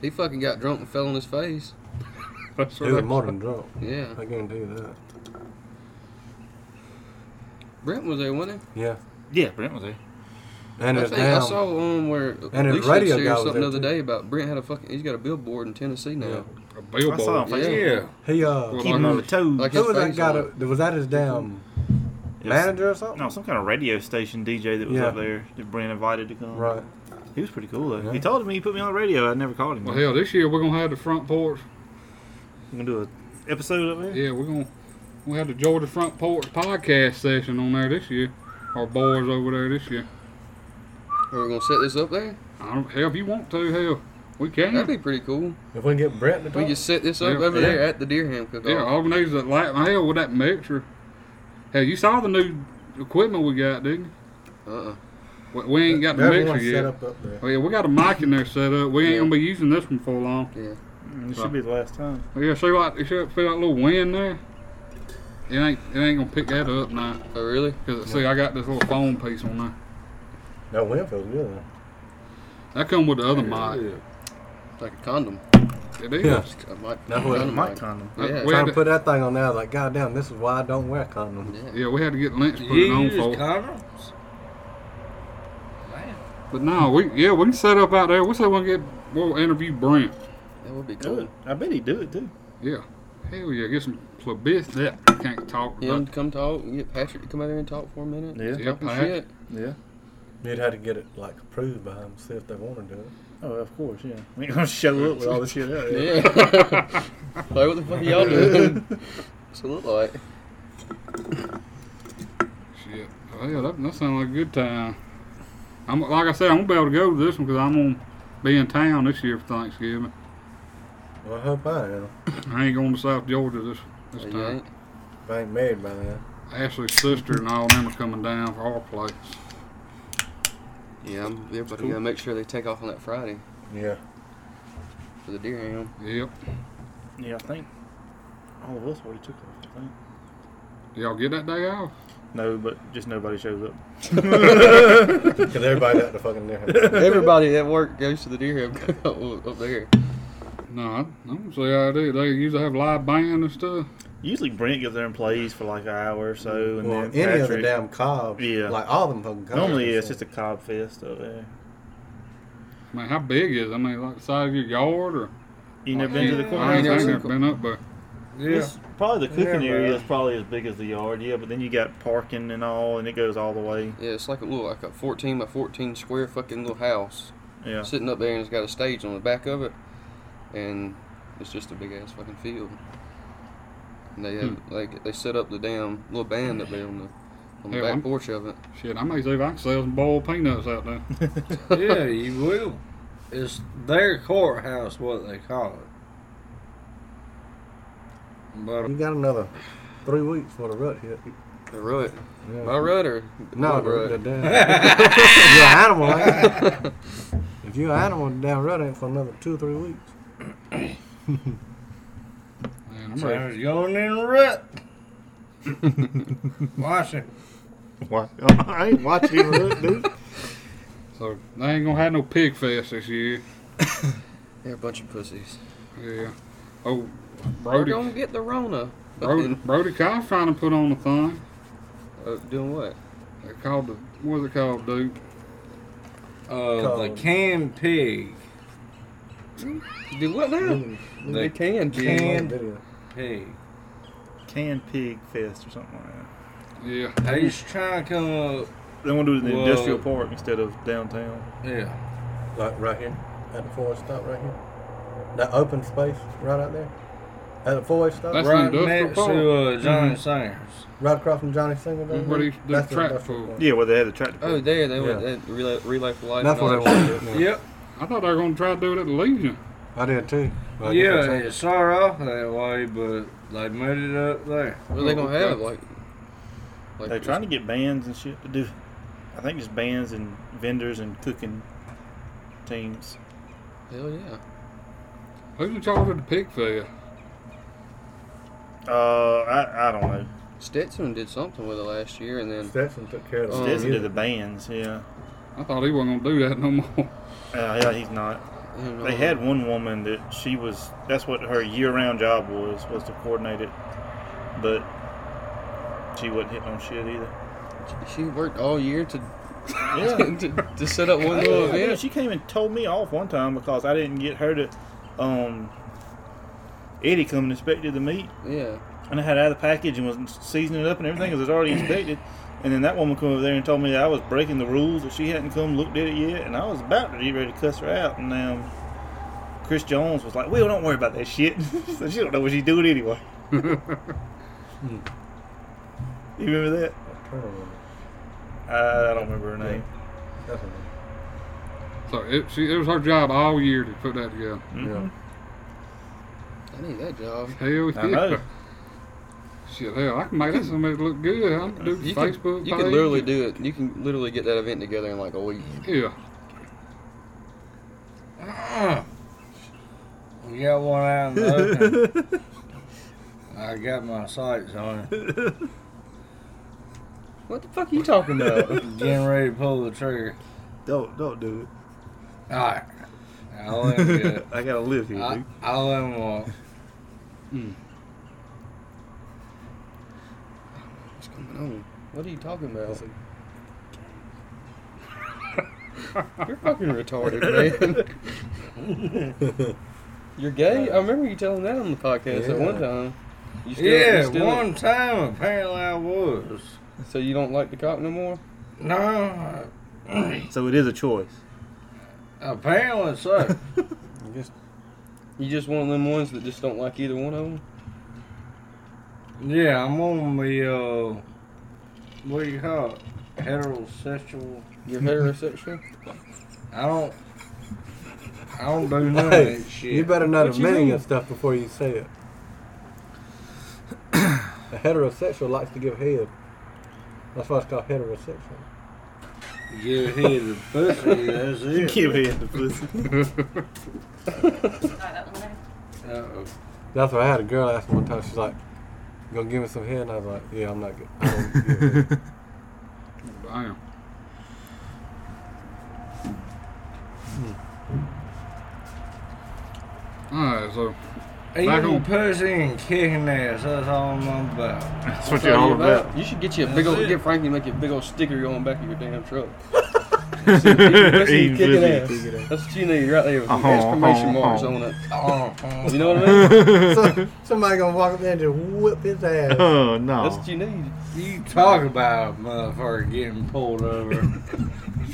[SPEAKER 7] He fucking got drunk and fell on his face.
[SPEAKER 1] That's
[SPEAKER 2] He was more than drunk.
[SPEAKER 7] Yeah.
[SPEAKER 2] I guarantee you that.
[SPEAKER 7] Brent was there, wasn't
[SPEAKER 2] Yeah.
[SPEAKER 4] Yeah, Brent was there.
[SPEAKER 7] he?
[SPEAKER 2] And
[SPEAKER 7] I,
[SPEAKER 2] it's
[SPEAKER 7] think I
[SPEAKER 2] down.
[SPEAKER 7] saw one where
[SPEAKER 2] And his
[SPEAKER 7] Alicia
[SPEAKER 2] radio
[SPEAKER 7] was
[SPEAKER 2] guy
[SPEAKER 7] sharing
[SPEAKER 2] was
[SPEAKER 7] something the
[SPEAKER 2] there,
[SPEAKER 7] other
[SPEAKER 2] too.
[SPEAKER 7] day about Brent had a fucking. He's got a billboard in Tennessee now.
[SPEAKER 2] Yeah.
[SPEAKER 1] a
[SPEAKER 4] I saw him.
[SPEAKER 1] billboard.
[SPEAKER 7] Yeah.
[SPEAKER 3] Yeah.
[SPEAKER 2] He uh,
[SPEAKER 1] Well,
[SPEAKER 4] Keep him on the toes.
[SPEAKER 7] Like
[SPEAKER 2] who was
[SPEAKER 7] his
[SPEAKER 2] that
[SPEAKER 7] face
[SPEAKER 2] guy?
[SPEAKER 7] on it.
[SPEAKER 2] That, was that his damn
[SPEAKER 4] It was-
[SPEAKER 2] manager or something?
[SPEAKER 4] No, some kind of radio station DJ that was
[SPEAKER 2] Yeah.
[SPEAKER 4] up there that Brent invited to come.
[SPEAKER 2] Right.
[SPEAKER 4] He was pretty cool though.
[SPEAKER 2] Yeah.
[SPEAKER 4] He told me he put me on the radio. I never called him.
[SPEAKER 1] Well, hell, this year we're gonna have the front porch.
[SPEAKER 4] I'm gonna do a episode up there.
[SPEAKER 1] Yeah, we're gonna we have the Georgia front porch podcast session on there this year. Our boys over there this year.
[SPEAKER 7] Are we gonna set this up there?
[SPEAKER 1] I don't, hell, if you want to, hell, we can.
[SPEAKER 7] That'd be pretty cool.
[SPEAKER 2] If we can get Brent to
[SPEAKER 7] We
[SPEAKER 2] talk.
[SPEAKER 7] just set this up
[SPEAKER 1] Yeah.
[SPEAKER 7] over there at the deer ham cook-off.
[SPEAKER 1] yeah, all we need is that light. Hell, with that mixer. Hell, you saw the new equipment we got, didn't you?
[SPEAKER 7] Uh-uh.
[SPEAKER 1] We, we ain't got the
[SPEAKER 2] There's one
[SPEAKER 1] mixer yet.
[SPEAKER 2] set up up there.
[SPEAKER 1] Oh yeah, we got a mic in there set up. We ain't
[SPEAKER 7] Yeah.
[SPEAKER 1] gonna be using this one for long.
[SPEAKER 7] Yeah.
[SPEAKER 4] Mm, It should be the last time.
[SPEAKER 1] Oh, yeah, see like you see, feel that little wind there? It ain't it ain't gonna pick that up now.
[SPEAKER 7] Oh really?
[SPEAKER 1] Cause see, I got this little foam piece on there.
[SPEAKER 2] That wind feels good. Though.
[SPEAKER 1] That come with the other mic.
[SPEAKER 7] It's like a condom.
[SPEAKER 1] It is.
[SPEAKER 2] Yeah.
[SPEAKER 7] It's a mic-
[SPEAKER 2] That's what
[SPEAKER 7] condom
[SPEAKER 4] My
[SPEAKER 7] mic.
[SPEAKER 4] condom.
[SPEAKER 7] Yeah.
[SPEAKER 1] We
[SPEAKER 2] Trying
[SPEAKER 1] had
[SPEAKER 2] to
[SPEAKER 1] to,
[SPEAKER 2] put that thing on there, I was like, God damn, this is why I don't wear condoms.
[SPEAKER 7] yeah.
[SPEAKER 1] yeah, we had to get Lynch to put it
[SPEAKER 3] You
[SPEAKER 1] on
[SPEAKER 3] use
[SPEAKER 1] for. us.
[SPEAKER 3] condoms? Man.
[SPEAKER 1] But no, we yeah we can set up out there. We say we'll get we'll interview Brent.
[SPEAKER 7] That would be
[SPEAKER 4] Do
[SPEAKER 7] cool.
[SPEAKER 4] it. I bet he do it too.
[SPEAKER 1] Yeah. Hell yeah, get some publicity. Yeah, can't talk
[SPEAKER 7] Him
[SPEAKER 1] about.
[SPEAKER 7] to come talk. and Get Patrick to come out here and talk for a minute.
[SPEAKER 4] Yeah.
[SPEAKER 1] Yeah,
[SPEAKER 7] Talking
[SPEAKER 1] Pat.
[SPEAKER 7] shit.
[SPEAKER 4] Yeah.
[SPEAKER 2] You'd have to get it like approved by them, see if they want to do it.
[SPEAKER 4] Oh, of course. Yeah. We ain't gonna show up with all this shit out. there.
[SPEAKER 7] Yeah. like what the fuck y'all doing? What's it look like?
[SPEAKER 1] Shit. Hell, that, that sounds like a good time. I'm like I said, I'm gonna be able to go to this one because I'm gonna be in town this year for Thanksgiving.
[SPEAKER 2] Well, I hope I am.
[SPEAKER 1] I ain't going to South Georgia this this
[SPEAKER 7] Hey, you
[SPEAKER 1] time.
[SPEAKER 7] ain't?
[SPEAKER 2] If I ain't married by then.
[SPEAKER 1] Ashley's sister and all them are coming down for our place.
[SPEAKER 7] Yeah, I'm, everybody gotta make sure they take off on that Friday
[SPEAKER 2] Yeah.
[SPEAKER 7] for the deer ham.
[SPEAKER 1] Yep.
[SPEAKER 4] Yeah. I think all of us already took off. I think.
[SPEAKER 1] Y'all get that day off?
[SPEAKER 4] No, but just nobody shows up.
[SPEAKER 2] Because everybody got the fucking different.
[SPEAKER 7] Everybody at work goes to the deer ham cook-off up there.
[SPEAKER 1] No, I, I don't see how they do. They usually have live band and stuff.
[SPEAKER 4] Usually Brent gets there and plays for like an hour or so, and
[SPEAKER 2] Well,
[SPEAKER 4] then
[SPEAKER 2] any of the
[SPEAKER 4] Patrick-
[SPEAKER 2] damn cobs.
[SPEAKER 4] Yeah.
[SPEAKER 2] Like all them fucking cobs.
[SPEAKER 4] Normally it's just a cob fest up there.
[SPEAKER 1] I mean, how big is it? I mean, like the size of your yard or?
[SPEAKER 4] You never been to the
[SPEAKER 1] I
[SPEAKER 4] corner?
[SPEAKER 1] ain't
[SPEAKER 7] Yeah.
[SPEAKER 1] never been up there.
[SPEAKER 3] Yeah.
[SPEAKER 4] It's probably the cooking
[SPEAKER 3] Yeah,
[SPEAKER 4] area
[SPEAKER 3] bro.
[SPEAKER 4] is probably as big as the yard, yeah. But then you got parking and all, and it goes all the way.
[SPEAKER 7] Yeah, it's like a little, like a 14 by 14 square fucking little house
[SPEAKER 4] Yeah,
[SPEAKER 7] sitting up there, and it's got a stage on the back of it, and it's just a big ass fucking field. And they have,
[SPEAKER 1] Hmm.
[SPEAKER 7] like, they set up the damn little band up there on the on the
[SPEAKER 1] Yeah,
[SPEAKER 7] back
[SPEAKER 1] I'm-
[SPEAKER 7] porch of it.
[SPEAKER 1] Shit, I may see if I can sell some boiled peanuts out there.
[SPEAKER 3] yeah, you will. It's their courthouse, what they call it. But
[SPEAKER 2] You got another three weeks for the rut hit.
[SPEAKER 7] The rut,
[SPEAKER 2] Yeah.
[SPEAKER 7] my rut or
[SPEAKER 2] No,
[SPEAKER 7] my
[SPEAKER 2] the,
[SPEAKER 7] rut?
[SPEAKER 2] the damn. you're an animal, ain't you? If you're an animal, the damn rut ain't for another two or three weeks.
[SPEAKER 1] Man, I'm ready.
[SPEAKER 3] Sounds going in the rut. Watch it.
[SPEAKER 4] Why- I ain't watching it, look, dude.
[SPEAKER 1] So they ain't gonna have no pig fest this year.
[SPEAKER 7] They're a bunch of pussies.
[SPEAKER 1] Yeah. Oh,
[SPEAKER 7] We're
[SPEAKER 1] Brody.
[SPEAKER 7] gonna get the Rona.
[SPEAKER 1] Brody, Brody Kyle's trying to put on the thing.
[SPEAKER 7] Uh, doing what?
[SPEAKER 1] They called the what's it called, dude?
[SPEAKER 3] Uh, the canned pig.
[SPEAKER 7] Do what now?
[SPEAKER 2] Mm.
[SPEAKER 7] They can, dude.
[SPEAKER 3] Can-
[SPEAKER 2] Video.
[SPEAKER 3] Pig.
[SPEAKER 4] Canned Pig Fest or something like that.
[SPEAKER 1] Yeah.
[SPEAKER 3] He's trying to come up.
[SPEAKER 4] They want to do it in the
[SPEAKER 3] Well-
[SPEAKER 4] industrial park instead of downtown.
[SPEAKER 3] Yeah.
[SPEAKER 2] Like right here, at the four-way stop right here. That open space right out there. At the four-way stop,
[SPEAKER 1] That's-
[SPEAKER 2] right,
[SPEAKER 3] right
[SPEAKER 1] industrial
[SPEAKER 3] next
[SPEAKER 1] park.
[SPEAKER 3] to uh, Johnny
[SPEAKER 4] Mhm.
[SPEAKER 3] Singers.
[SPEAKER 2] across from Johnny Singer. down
[SPEAKER 1] Where
[SPEAKER 2] there?
[SPEAKER 1] they- the
[SPEAKER 2] That's
[SPEAKER 1] track
[SPEAKER 2] industrial
[SPEAKER 1] pool.
[SPEAKER 2] park.
[SPEAKER 4] Yeah, where they had the tractor.
[SPEAKER 7] Oh, there they went
[SPEAKER 2] Yeah.
[SPEAKER 7] that relay, relay for life.
[SPEAKER 2] That's
[SPEAKER 7] and
[SPEAKER 2] what I
[SPEAKER 7] all
[SPEAKER 2] want to
[SPEAKER 7] that
[SPEAKER 2] do.
[SPEAKER 7] shit.
[SPEAKER 2] now.
[SPEAKER 3] Yep.
[SPEAKER 1] I thought they were going to try to do it at the Legion.
[SPEAKER 2] I did too. But I guess
[SPEAKER 3] yeah,
[SPEAKER 2] they changed
[SPEAKER 3] it started off that way, but they moved it up there.
[SPEAKER 7] What are they gonna have? Like, like
[SPEAKER 4] They're trying to get bands and shit to do. I think just bands and vendors and cooking teams.
[SPEAKER 7] Hell yeah.
[SPEAKER 1] Who's in charge of the pig fair?
[SPEAKER 4] Uh, I, I don't know.
[SPEAKER 7] Stetson did something with it last year, and then
[SPEAKER 2] Stetson took care of
[SPEAKER 7] Oh,
[SPEAKER 2] the
[SPEAKER 4] Stetson
[SPEAKER 2] music.
[SPEAKER 4] did the bands, yeah.
[SPEAKER 1] I thought he wasn't going to do that no more.
[SPEAKER 4] Uh, yeah, he's not.
[SPEAKER 7] I don't know.
[SPEAKER 4] They had one woman that she was. That's what her year-round job was was to coordinate it, but she wasn't hitting on shit either.
[SPEAKER 7] She worked all year to
[SPEAKER 4] Yeah.
[SPEAKER 7] to, to set up one
[SPEAKER 4] Yeah,
[SPEAKER 7] little
[SPEAKER 4] Oh, yeah,
[SPEAKER 7] event.
[SPEAKER 4] she came and told me off one time because I didn't get her to. Um, Eddie come and inspected the meat,
[SPEAKER 7] Yeah.
[SPEAKER 4] and I had it out of the package and was seasoning it up and everything because it was already inspected. And then that woman come over there and told me that I was breaking the rules that she hadn't come looked at it yet, and I was about to get ready to cuss her out. And um, Chris Jones was like, "Well, don't worry about that shit." so she don't know what she's doing anyway. you remember that?
[SPEAKER 2] Tournament.
[SPEAKER 4] I, I don't remember her name.
[SPEAKER 2] That's what
[SPEAKER 1] So it, she, it was her job all year to put that together.
[SPEAKER 2] it is.
[SPEAKER 4] Mhm.
[SPEAKER 7] I need that job.
[SPEAKER 1] Hell yeah.
[SPEAKER 4] I know.
[SPEAKER 1] Shit, hell, I can make this something look good. I can do
[SPEAKER 7] You can,
[SPEAKER 1] Facebook
[SPEAKER 7] you
[SPEAKER 1] page.
[SPEAKER 7] can literally do it. You can literally get that event together in like a week.
[SPEAKER 1] Yeah.
[SPEAKER 3] Uh, we got one out in the
[SPEAKER 4] Mm-hmm.
[SPEAKER 3] open. I got my sights on it.
[SPEAKER 7] What the fuck are you talking about?
[SPEAKER 3] Getting ready to pull the trigger.
[SPEAKER 4] Don't don't do it.
[SPEAKER 3] Alright. I'll let him get it.
[SPEAKER 4] I gotta live here,
[SPEAKER 3] I,
[SPEAKER 4] dude.
[SPEAKER 3] I'll let him walk.
[SPEAKER 7] What's going on? What are you talking about? You're fucking retarded, man. You're gay? I remember you telling that on the podcast at one
[SPEAKER 2] Yeah.
[SPEAKER 7] time. You still, you
[SPEAKER 3] Yeah,
[SPEAKER 7] still-
[SPEAKER 3] one time apparently I was.
[SPEAKER 7] So you don't like the cock no more?
[SPEAKER 3] No,
[SPEAKER 4] So it is a choice.
[SPEAKER 3] apparently so.
[SPEAKER 2] You just
[SPEAKER 7] You just one of them ones that just don't like either one of them?
[SPEAKER 3] yeah, I'm on the, uh, what do you call it? Heterosexual.
[SPEAKER 7] You're heterosexual?
[SPEAKER 3] I don't. I don't do none of that shit.
[SPEAKER 2] You better not
[SPEAKER 7] What you
[SPEAKER 2] admitting
[SPEAKER 7] mean?
[SPEAKER 2] your stuff before you say it. a heterosexual likes to give head. That's why it's called heterosexual.
[SPEAKER 3] Give head to pussy, that's it.
[SPEAKER 4] Give head to pussy.
[SPEAKER 6] Like that one there.
[SPEAKER 3] Uh-oh.
[SPEAKER 2] That's why I had a girl ask me one time. She's like, "You gonna give me some head?" And I was like, "Yeah, I'm not good." I don't give head."
[SPEAKER 1] Damn. Hmm. Alright, so Back
[SPEAKER 3] Eating
[SPEAKER 1] on.
[SPEAKER 3] pussy and kicking ass, that's all I'm about.
[SPEAKER 4] That's what
[SPEAKER 7] Tell
[SPEAKER 4] you're
[SPEAKER 7] you
[SPEAKER 4] all about.
[SPEAKER 7] You should get you a
[SPEAKER 3] That's
[SPEAKER 7] big old
[SPEAKER 3] it.
[SPEAKER 7] get Frankie to make you a big old sticker on the back of your damn truck. That's you
[SPEAKER 4] Even
[SPEAKER 7] kicking
[SPEAKER 4] with
[SPEAKER 7] ass.
[SPEAKER 4] you.
[SPEAKER 7] That's what you need right there with
[SPEAKER 4] Uh-huh,
[SPEAKER 7] exclamation
[SPEAKER 4] uh-huh,
[SPEAKER 7] marks
[SPEAKER 4] uh-huh.
[SPEAKER 7] on it.
[SPEAKER 3] Oh, oh.
[SPEAKER 7] You know what I mean?
[SPEAKER 2] so, somebody gonna walk up there and just whip his ass.
[SPEAKER 4] Oh
[SPEAKER 7] That's
[SPEAKER 4] no!
[SPEAKER 7] what you need.
[SPEAKER 3] you talk about a motherfucker getting pulled over.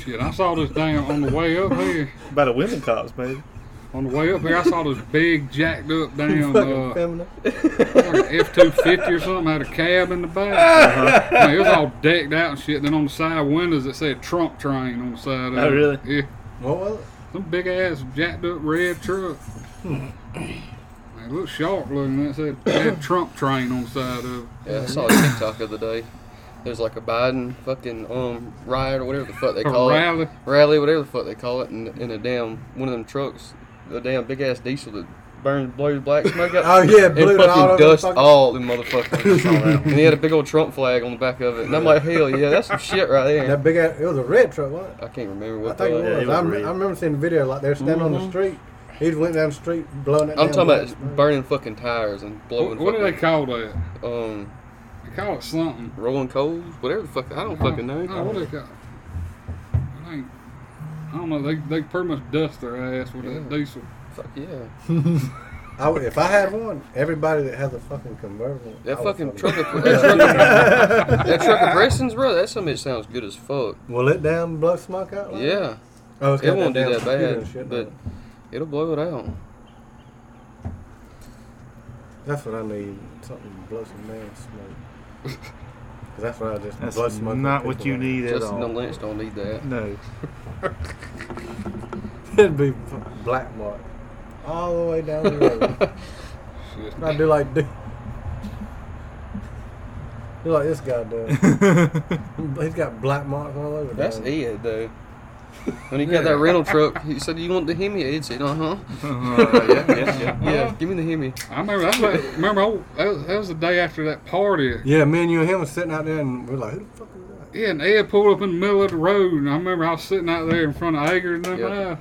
[SPEAKER 1] shit, I saw this damn on the way up here.
[SPEAKER 4] By the women cops, baby.
[SPEAKER 1] On the way up here, I saw this big jacked up
[SPEAKER 2] You
[SPEAKER 1] damn
[SPEAKER 2] fucking
[SPEAKER 1] uh,
[SPEAKER 2] feminine.
[SPEAKER 1] F two fifty or something had a cab in the back. Man, it was all decked out and shit. Then on the side windows it said Trump train on the side. Of
[SPEAKER 4] Oh,
[SPEAKER 1] it.
[SPEAKER 4] really?
[SPEAKER 1] Yeah.
[SPEAKER 2] What was it?
[SPEAKER 1] Some big ass jacked up red truck. Man, it looked sharp looking. That said it had Trump train on the side of it.
[SPEAKER 7] Yeah, I saw a TikTok the other day. There's like a Biden fucking um riot or whatever the fuck they
[SPEAKER 1] A
[SPEAKER 7] call it.
[SPEAKER 1] rally.
[SPEAKER 7] Rally, whatever the fuck they call it, in, in a damn one of them trucks, a damn big ass diesel that burns blue black smoke out.
[SPEAKER 2] Oh yeah,
[SPEAKER 7] And
[SPEAKER 2] blew it all
[SPEAKER 7] fucking
[SPEAKER 2] over
[SPEAKER 7] dust
[SPEAKER 2] the fucking-
[SPEAKER 7] all the motherfuckers. and he had a big old Trump flag on the back of it. And I'm like, hell yeah, that's some shit right there.
[SPEAKER 2] That big ass. It was a red truck, wasn't it?
[SPEAKER 7] I can't remember
[SPEAKER 2] I
[SPEAKER 7] what
[SPEAKER 2] think it
[SPEAKER 7] the.
[SPEAKER 2] was.
[SPEAKER 4] Yeah, it was
[SPEAKER 2] I, rem-
[SPEAKER 4] red.
[SPEAKER 2] I remember seeing the video like they were standing on the
[SPEAKER 4] Mm-hmm.
[SPEAKER 7] Mhm.
[SPEAKER 2] street. He just went down the street blowing that.
[SPEAKER 7] I'm
[SPEAKER 2] damn
[SPEAKER 7] talking
[SPEAKER 2] black
[SPEAKER 7] about
[SPEAKER 2] smoke.
[SPEAKER 7] burning fucking tires and
[SPEAKER 1] What,
[SPEAKER 7] blowing
[SPEAKER 1] what do they
[SPEAKER 7] fucking,
[SPEAKER 1] call that?
[SPEAKER 7] um
[SPEAKER 1] They call it something.
[SPEAKER 7] rolling coals, whatever the fuck. I don't fucking know.
[SPEAKER 1] No, what they call? It ain't. I don't know. They they pretty much dust their ass with
[SPEAKER 7] Yeah.
[SPEAKER 1] that diesel.
[SPEAKER 7] Fuck yeah.
[SPEAKER 2] I would, if I had one, everybody that has a fucking convertible. I
[SPEAKER 7] That
[SPEAKER 2] would
[SPEAKER 7] fucking trucker, that trucker, that trucker Preston's, bro. That something sounds good as fuck.
[SPEAKER 2] Will it damn blow smoke out? like that?
[SPEAKER 7] Yeah,
[SPEAKER 2] Oh, it's
[SPEAKER 7] it
[SPEAKER 2] got
[SPEAKER 7] won't do
[SPEAKER 2] damn
[SPEAKER 7] that
[SPEAKER 2] computer and
[SPEAKER 7] bad,
[SPEAKER 2] shit,
[SPEAKER 7] but it'll blow it out.
[SPEAKER 2] that's what I need. Something to blow some damn smoke. 'Cause that's what I just
[SPEAKER 4] That's
[SPEAKER 2] blow smoke.
[SPEAKER 4] not
[SPEAKER 2] with
[SPEAKER 4] what
[SPEAKER 2] people
[SPEAKER 4] you
[SPEAKER 2] out.
[SPEAKER 4] need at
[SPEAKER 7] Justin
[SPEAKER 4] all.
[SPEAKER 7] Lynch don't need that.
[SPEAKER 4] No.
[SPEAKER 2] It'd be fucking black mark all the way down the road.
[SPEAKER 7] Shit.
[SPEAKER 2] I do like do. Do like this guy does. He's got black marks all over.
[SPEAKER 7] That's e-
[SPEAKER 2] down.
[SPEAKER 7] Ed though. When he got that rental truck, he said, "You want the Hemi?" Ed said, "Uh huh."
[SPEAKER 4] Uh, yeah, yeah, yeah.
[SPEAKER 7] Yeah, give me the Hemi.
[SPEAKER 1] I remember that's like, remember I, that, was, that was the day after that party.
[SPEAKER 2] Yeah, me and you and him were sitting out there, and we're like, "Who the fuck is that?"
[SPEAKER 1] Yeah, and Ed pulled up in the middle of the road, and I remember I was sitting out there in front of Ager and them
[SPEAKER 7] Yeah.
[SPEAKER 1] house,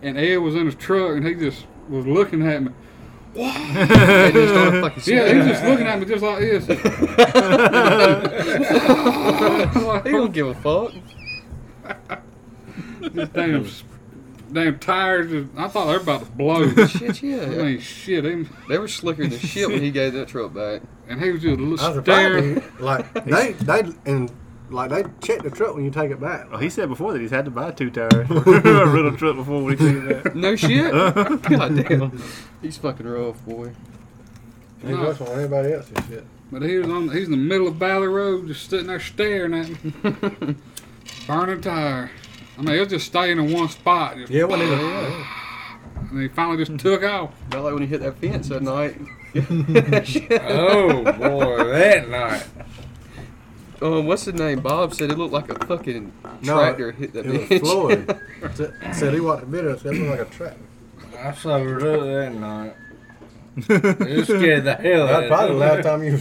[SPEAKER 1] and Ed was in his truck, and he just was looking at me.
[SPEAKER 7] And he started fucking
[SPEAKER 1] Yeah, he was
[SPEAKER 7] singing.
[SPEAKER 1] just looking at me just like this.
[SPEAKER 7] He don't give a fuck.
[SPEAKER 1] This damn, damn tires. Just, I thought they were about to blow.
[SPEAKER 7] Shit, yeah.
[SPEAKER 1] I mean, shit. Him,
[SPEAKER 7] They were slicker than shit when he gave that truck back.
[SPEAKER 1] and he was just
[SPEAKER 2] I
[SPEAKER 1] l-
[SPEAKER 2] was
[SPEAKER 1] staring.
[SPEAKER 2] surprised. he- Like they, they, and like they check the truck when you take it back.
[SPEAKER 7] Oh,
[SPEAKER 4] Well, Oh, he said before that he's had to buy two tires for a rental truck before we did that.
[SPEAKER 7] No shit. God damn. He's fucking rough, boy.
[SPEAKER 2] He's worse than anybody else and shit.
[SPEAKER 1] But he was on. He's in the middle of Valley Road, just sitting there staring at me, burning tire. I mean, it was just staying in one spot. Just,
[SPEAKER 2] Yeah, wasn't even. Yeah.
[SPEAKER 1] And he finally just took off.
[SPEAKER 7] Not like when he hit that fence that night.
[SPEAKER 3] Oh boy, that night.
[SPEAKER 7] Uh, what's his name? Bob said it looked like a fucking
[SPEAKER 2] No,
[SPEAKER 7] tractor hit that
[SPEAKER 2] It
[SPEAKER 7] bitch.
[SPEAKER 2] was Floyd. Said- Said he walked the video. Said it looked like a tractor.
[SPEAKER 3] I sobered up that night. It scared the hell out of
[SPEAKER 2] That's
[SPEAKER 3] me.
[SPEAKER 2] probably the last time you were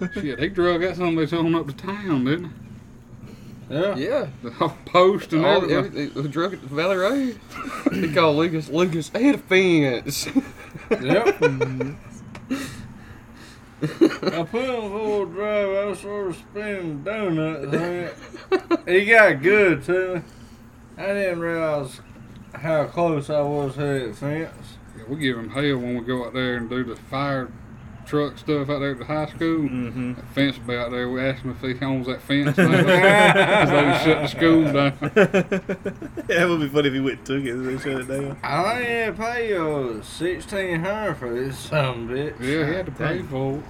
[SPEAKER 2] sober.
[SPEAKER 1] Shit, they drug that somebody took him up to town, didn't they?
[SPEAKER 3] Yeah.
[SPEAKER 7] yeah.
[SPEAKER 1] The whole post and
[SPEAKER 7] All,
[SPEAKER 1] everything.
[SPEAKER 7] everything, the drug at the Valley Road. he called Lucas. Lucas, he hit a fence.
[SPEAKER 3] Yep. I put him four drive. I was sort of spinning donuts. on it. He got good to me. I didn't realize how close I was to that fence.
[SPEAKER 1] Yeah, we give him hell when we go out there and do the fire truck stuff out there at the high school.
[SPEAKER 4] Mm-hmm.
[SPEAKER 1] That fence be out there. We asked him if he owns that fence. now. 'Cause they was shutting the school down.
[SPEAKER 4] yeah, it would be funny if he went and took it and they shut it down.
[SPEAKER 3] I only had to pay you sixteen hundred for this some bitch.
[SPEAKER 1] Yeah, he had to pay for it.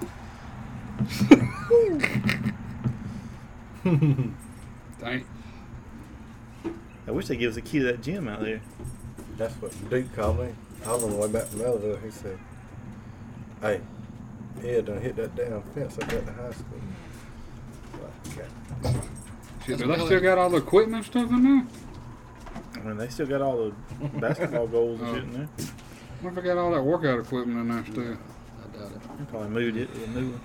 [SPEAKER 1] Dang.
[SPEAKER 4] I wish they give us a key to that gym out there.
[SPEAKER 2] That's what Duke called me. I was on the way back from Melville. He said, "Hey, Ed done hit that damn fence up at the high school." Like, God
[SPEAKER 1] Shit, do they still got all the equipment and stuff in there?
[SPEAKER 4] I mean, they still got all the basketball goals and shit in there.
[SPEAKER 1] What if they got all that workout equipment in there still?
[SPEAKER 7] I doubt it.
[SPEAKER 4] They probably moved it to a new one.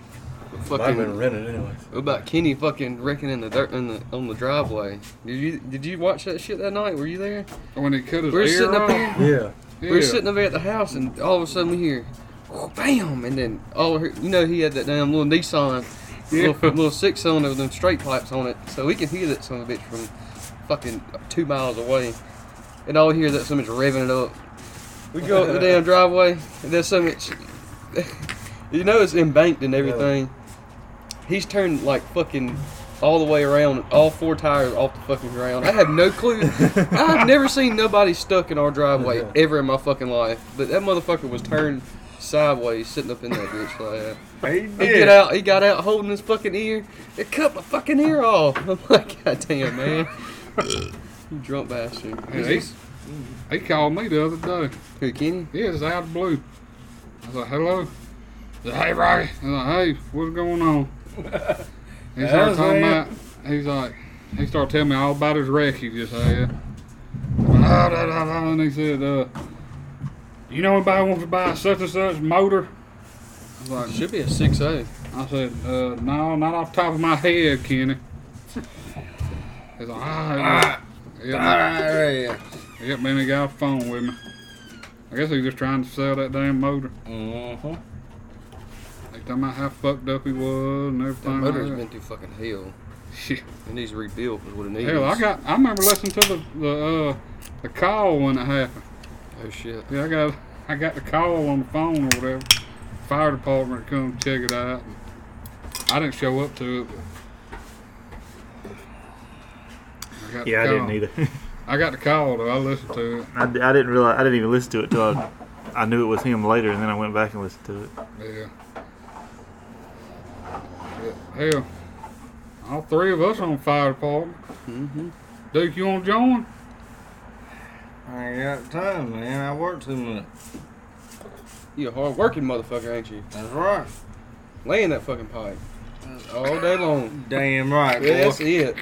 [SPEAKER 7] But
[SPEAKER 2] Might have been
[SPEAKER 7] fucking,
[SPEAKER 2] rented anyways.
[SPEAKER 7] what about Kenny fucking wrecking in the dirt in the, on the driveway? Did you did you watch that shit that night? Were you there?
[SPEAKER 1] When he Oh, cut his
[SPEAKER 7] We were
[SPEAKER 1] ear
[SPEAKER 7] sitting
[SPEAKER 1] off?
[SPEAKER 7] up here.
[SPEAKER 2] Yeah.
[SPEAKER 7] We were
[SPEAKER 1] Yeah.
[SPEAKER 7] sitting over at the house, and all of a sudden we hear, "Whoa, bam! And then all her, you know, he had that damn little Nissan,
[SPEAKER 1] Yeah.
[SPEAKER 7] little, little six cylinder with them straight pipes on it, so we could hear that son of a bitch from fucking two miles away, and all we hear is that some bitch revving it up. We go up the damn driveway, and there's some bitch, you know, it's embanked and everything. He's turned like fucking. All the way around, all four tires off the fucking ground. I have no clue. I've never seen nobody stuck in our driveway
[SPEAKER 2] Yeah.
[SPEAKER 7] ever in my fucking life. But that motherfucker was turned sideways, sitting up in that bitch like that.
[SPEAKER 3] He
[SPEAKER 7] He
[SPEAKER 3] did.
[SPEAKER 7] get out, he got out holding his fucking ear. It cut my fucking ear off. I'm like, God damn, man. you drunk bastard.
[SPEAKER 1] Yeah, he's- He called me the other day.
[SPEAKER 7] Who, Kenny?
[SPEAKER 1] He is out of the blue. I was like, hello. He said, hey, Rocky. I was like, hey, what's going on? He started
[SPEAKER 3] How's
[SPEAKER 1] talking
[SPEAKER 3] that?
[SPEAKER 1] about, he's like, he started telling me all about his wreck he just had. Ah, da, da, da, And he said, uh, you know anybody wants to buy such and such motor? I was like,
[SPEAKER 7] Should be a 6 0.
[SPEAKER 1] I said, uh, no, not off the top of my head, Kenny. He's like, all right.
[SPEAKER 3] All
[SPEAKER 1] Yeah,
[SPEAKER 3] right.
[SPEAKER 1] yeah, man, he got a phone with me. I guess he's just trying to sell that damn motor.
[SPEAKER 3] Mm-hmm.
[SPEAKER 1] Like talking about how fucked up he was and
[SPEAKER 7] That
[SPEAKER 1] everything.
[SPEAKER 7] motor's
[SPEAKER 1] like
[SPEAKER 7] been through fucking hell.
[SPEAKER 1] that. Shit.
[SPEAKER 7] It needs rebuilt, is what it needs.
[SPEAKER 1] Hell, I got. I remember listening to the the uh, the call when it happened.
[SPEAKER 7] Oh, shit.
[SPEAKER 1] Yeah, I got. I got the call on the phone or whatever. Fire department to come check it out. I didn't show up to it. but I got the
[SPEAKER 4] Yeah, I didn't
[SPEAKER 1] call.
[SPEAKER 4] either.
[SPEAKER 1] I got the call though. I listened to it.
[SPEAKER 4] I, d- I didn't realize I didn't even listen to it till I, I knew it was him later, and then I went back and listened to it.
[SPEAKER 1] Yeah. yeah. Hell, all three of us on fire department.
[SPEAKER 7] Mm-hmm.
[SPEAKER 1] Duke, you want to join?
[SPEAKER 3] I ain't got time, man. I work too much.
[SPEAKER 7] You a hard working motherfucker, ain't you?
[SPEAKER 3] That's right.
[SPEAKER 7] Laying that fucking pipe all day long.
[SPEAKER 3] Damn right,
[SPEAKER 7] Yeah, that's
[SPEAKER 3] boy.
[SPEAKER 7] it.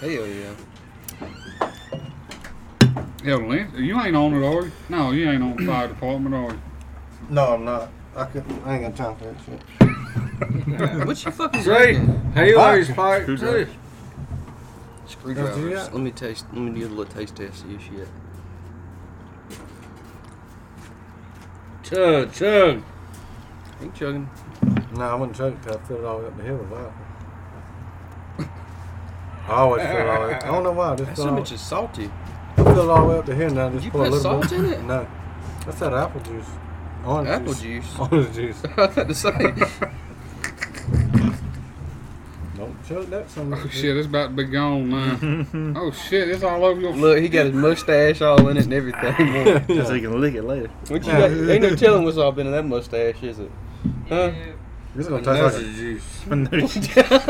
[SPEAKER 7] Hell yeah.
[SPEAKER 1] Hell, Lynn, you ain't on it, are you? No, you ain't on fire department, are you?
[SPEAKER 2] No, I'm not. I couldn't. I ain't got time for that shit.
[SPEAKER 7] What you fucking
[SPEAKER 3] See,
[SPEAKER 7] drinking?
[SPEAKER 3] he always fight
[SPEAKER 4] Who
[SPEAKER 3] too.
[SPEAKER 2] Don't
[SPEAKER 4] does?
[SPEAKER 2] do
[SPEAKER 7] Screwdrivers.
[SPEAKER 2] that.
[SPEAKER 7] Let me taste. Let me do a little taste test. See if she.
[SPEAKER 3] Chug, chug.
[SPEAKER 7] Ain't chugging.
[SPEAKER 2] No, I wouldn't choke till I filled it all the way up the hill with vodka. I always fill it all the way. I don't know why. I just
[SPEAKER 7] That
[SPEAKER 2] fill it
[SPEAKER 7] some
[SPEAKER 2] all,
[SPEAKER 7] bitch is salty.
[SPEAKER 2] I fill it all the way up to here and I just
[SPEAKER 7] You
[SPEAKER 2] pour
[SPEAKER 7] put
[SPEAKER 2] a little
[SPEAKER 7] salt
[SPEAKER 2] bit.
[SPEAKER 7] in it?
[SPEAKER 2] No. That's that apple juice. Orange
[SPEAKER 7] Apple
[SPEAKER 2] juice.
[SPEAKER 7] juice.
[SPEAKER 2] Orange juice.
[SPEAKER 7] I was about to say.
[SPEAKER 2] Don't choke that some
[SPEAKER 1] Oh, shit, it's about to be gone now. oh, shit, it's all over your
[SPEAKER 7] Look, he got his mustache all in it and everything.
[SPEAKER 4] Just so you can lick it later.
[SPEAKER 7] What you got? Ain't no telling what's all been in that mustache, is it? Huh?
[SPEAKER 6] Ew.
[SPEAKER 2] This is gonna taste
[SPEAKER 3] Another
[SPEAKER 2] like
[SPEAKER 3] juice.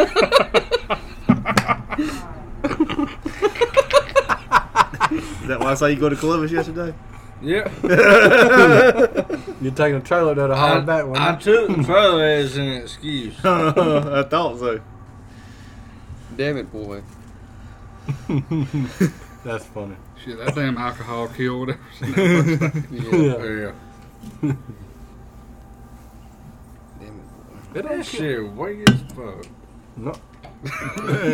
[SPEAKER 4] Is that why I saw you go to Columbus yesterday?
[SPEAKER 3] Yep.
[SPEAKER 2] you're taking a trailer to the hard back one.
[SPEAKER 3] I took the further as an excuse.
[SPEAKER 4] I thought so.
[SPEAKER 7] Damn it, boy.
[SPEAKER 2] That's funny.
[SPEAKER 1] shit. That damn alcohol killed everything.
[SPEAKER 7] Yeah.
[SPEAKER 2] Yeah.
[SPEAKER 3] Yeah.
[SPEAKER 7] Damn it, boy.
[SPEAKER 2] It
[SPEAKER 3] That
[SPEAKER 2] don't shit.
[SPEAKER 3] shit weak as fuck.
[SPEAKER 2] No.